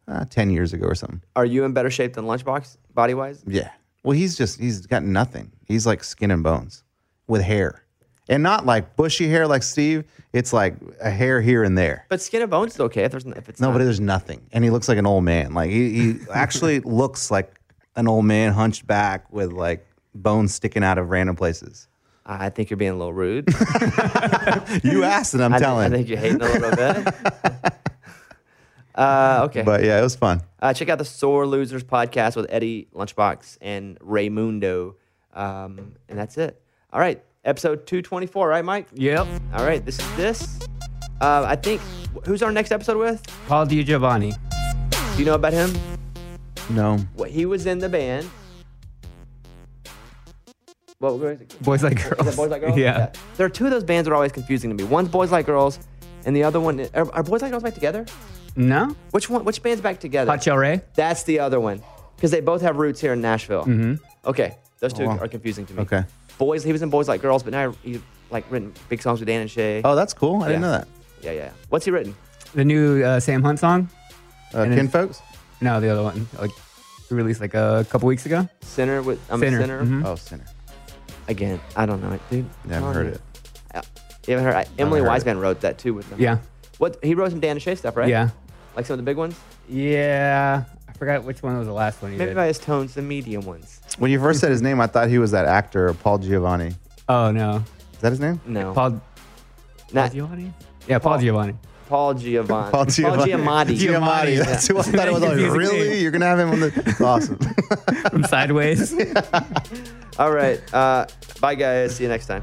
Speaker 2: uh, ten years ago or something.
Speaker 1: Are you in better shape than Lunchbox body wise?
Speaker 2: Yeah. Well, he's just he's got nothing. He's like skin and bones with hair, and not like bushy hair like Steve. It's like a hair here and there.
Speaker 1: But skin and bones is okay if there's n- if it's
Speaker 2: No,
Speaker 1: not.
Speaker 2: but there's nothing, and he looks like an old man. Like he,
Speaker 1: [laughs]
Speaker 2: he actually looks like an old man, hunched back with like bones sticking out of random places.
Speaker 1: I think you're being a little
Speaker 2: [laughs]
Speaker 1: rude.
Speaker 2: you asked, and I'm
Speaker 1: [laughs] I think-
Speaker 2: telling.
Speaker 1: I think you're hating a little bit.
Speaker 2: [laughs]
Speaker 1: uh, okay.
Speaker 2: But yeah, it was fun.
Speaker 1: Uh, check out the Sore Losers podcast with Eddie Lunchbox and Raymundo. Um, and that's it. All right. Episode 224, right, Mike?
Speaker 4: [laughs] Yep.
Speaker 1: All right. This is this. Uh, I think, who's our next episode with?
Speaker 4: Paul DiGiovanni.
Speaker 1: Do you know about him?
Speaker 2: No.
Speaker 1: What he was in the band. What was it?
Speaker 4: Boys Like
Speaker 1: Is it
Speaker 4: Girls.
Speaker 1: Boys Like
Speaker 2: [laughs]
Speaker 1: Girls?
Speaker 4: Yeah.
Speaker 1: There are two of those bands that are always confusing to me. One's Boys Like Girls, and the other one is, are, are Boys Like Girls back together?
Speaker 4: No?
Speaker 1: Which one? Which band's back together?
Speaker 4: Hot Shell Ray?
Speaker 1: That's the other one, because they both have roots here in Nashville.
Speaker 4: Mhm.
Speaker 1: Okay, those two
Speaker 4: Oh, wow.
Speaker 1: are confusing to me.
Speaker 2: Okay.
Speaker 1: Boys, he was in Boys Like Girls, but now he's like written big songs with Dan and Shay.
Speaker 2: Oh, that's cool. I didn't
Speaker 1: Yeah.
Speaker 2: know that.
Speaker 1: Yeah, yeah. What's he written?
Speaker 4: The new uh, Sam Hunt song?
Speaker 2: Uh,
Speaker 4: And then-
Speaker 2: Kinfolks?
Speaker 4: No, the other one. Like released like a couple weeks ago.
Speaker 1: Sinner with I'm
Speaker 4: Sinner.
Speaker 1: a sinner.
Speaker 4: Mhm.
Speaker 2: Oh, sinner.
Speaker 1: Again, I don't know it, dude.
Speaker 2: Yeah, I've
Speaker 1: Come on,
Speaker 2: heard
Speaker 1: dude.
Speaker 2: it.
Speaker 1: Uh, You haven't heard? I, Emily
Speaker 4: heard
Speaker 1: Wiseman wrote that too with them.
Speaker 4: Yeah.
Speaker 1: What he wrote some Dan and Shay stuff, right?
Speaker 4: Yeah.
Speaker 1: Like some of the big ones.
Speaker 4: Yeah. I forgot which one was the last one he
Speaker 1: Maybe
Speaker 4: did.
Speaker 1: by his tones, the medium ones.
Speaker 2: When you first said his name, I thought he was that actor Paul Giovanni.
Speaker 4: Oh no.
Speaker 2: Is that his name?
Speaker 1: No.
Speaker 4: Paul
Speaker 1: Not,
Speaker 4: Giovanni? Yeah, Paul,
Speaker 1: [laughs]
Speaker 4: Giovanni.
Speaker 1: Paul Giovanni.
Speaker 2: Paul Giovanni.
Speaker 1: Giamatti.
Speaker 2: Giamatti. That's who I thought it was. I was like, really? You're gonna have him on the awesome.
Speaker 4: From sideways.
Speaker 1: All right. Uh, bye, guys. See you next time.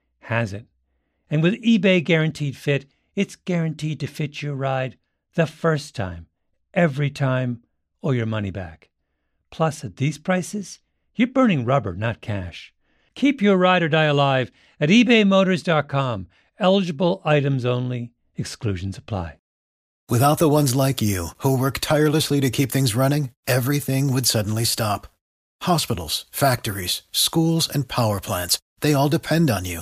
Speaker 14: has it. And with eBay Guaranteed Fit, it's guaranteed to fit your ride the first time, every time, or your money back. Plus, at these prices, you're burning rubber, not cash. Keep your ride or die alive at ebaymotors.com. Eligible items only, exclusions apply.
Speaker 15: Without the ones like you, who work tirelessly to keep things running, everything would suddenly stop. Hospitals, factories, schools, and power plants, they all depend on you.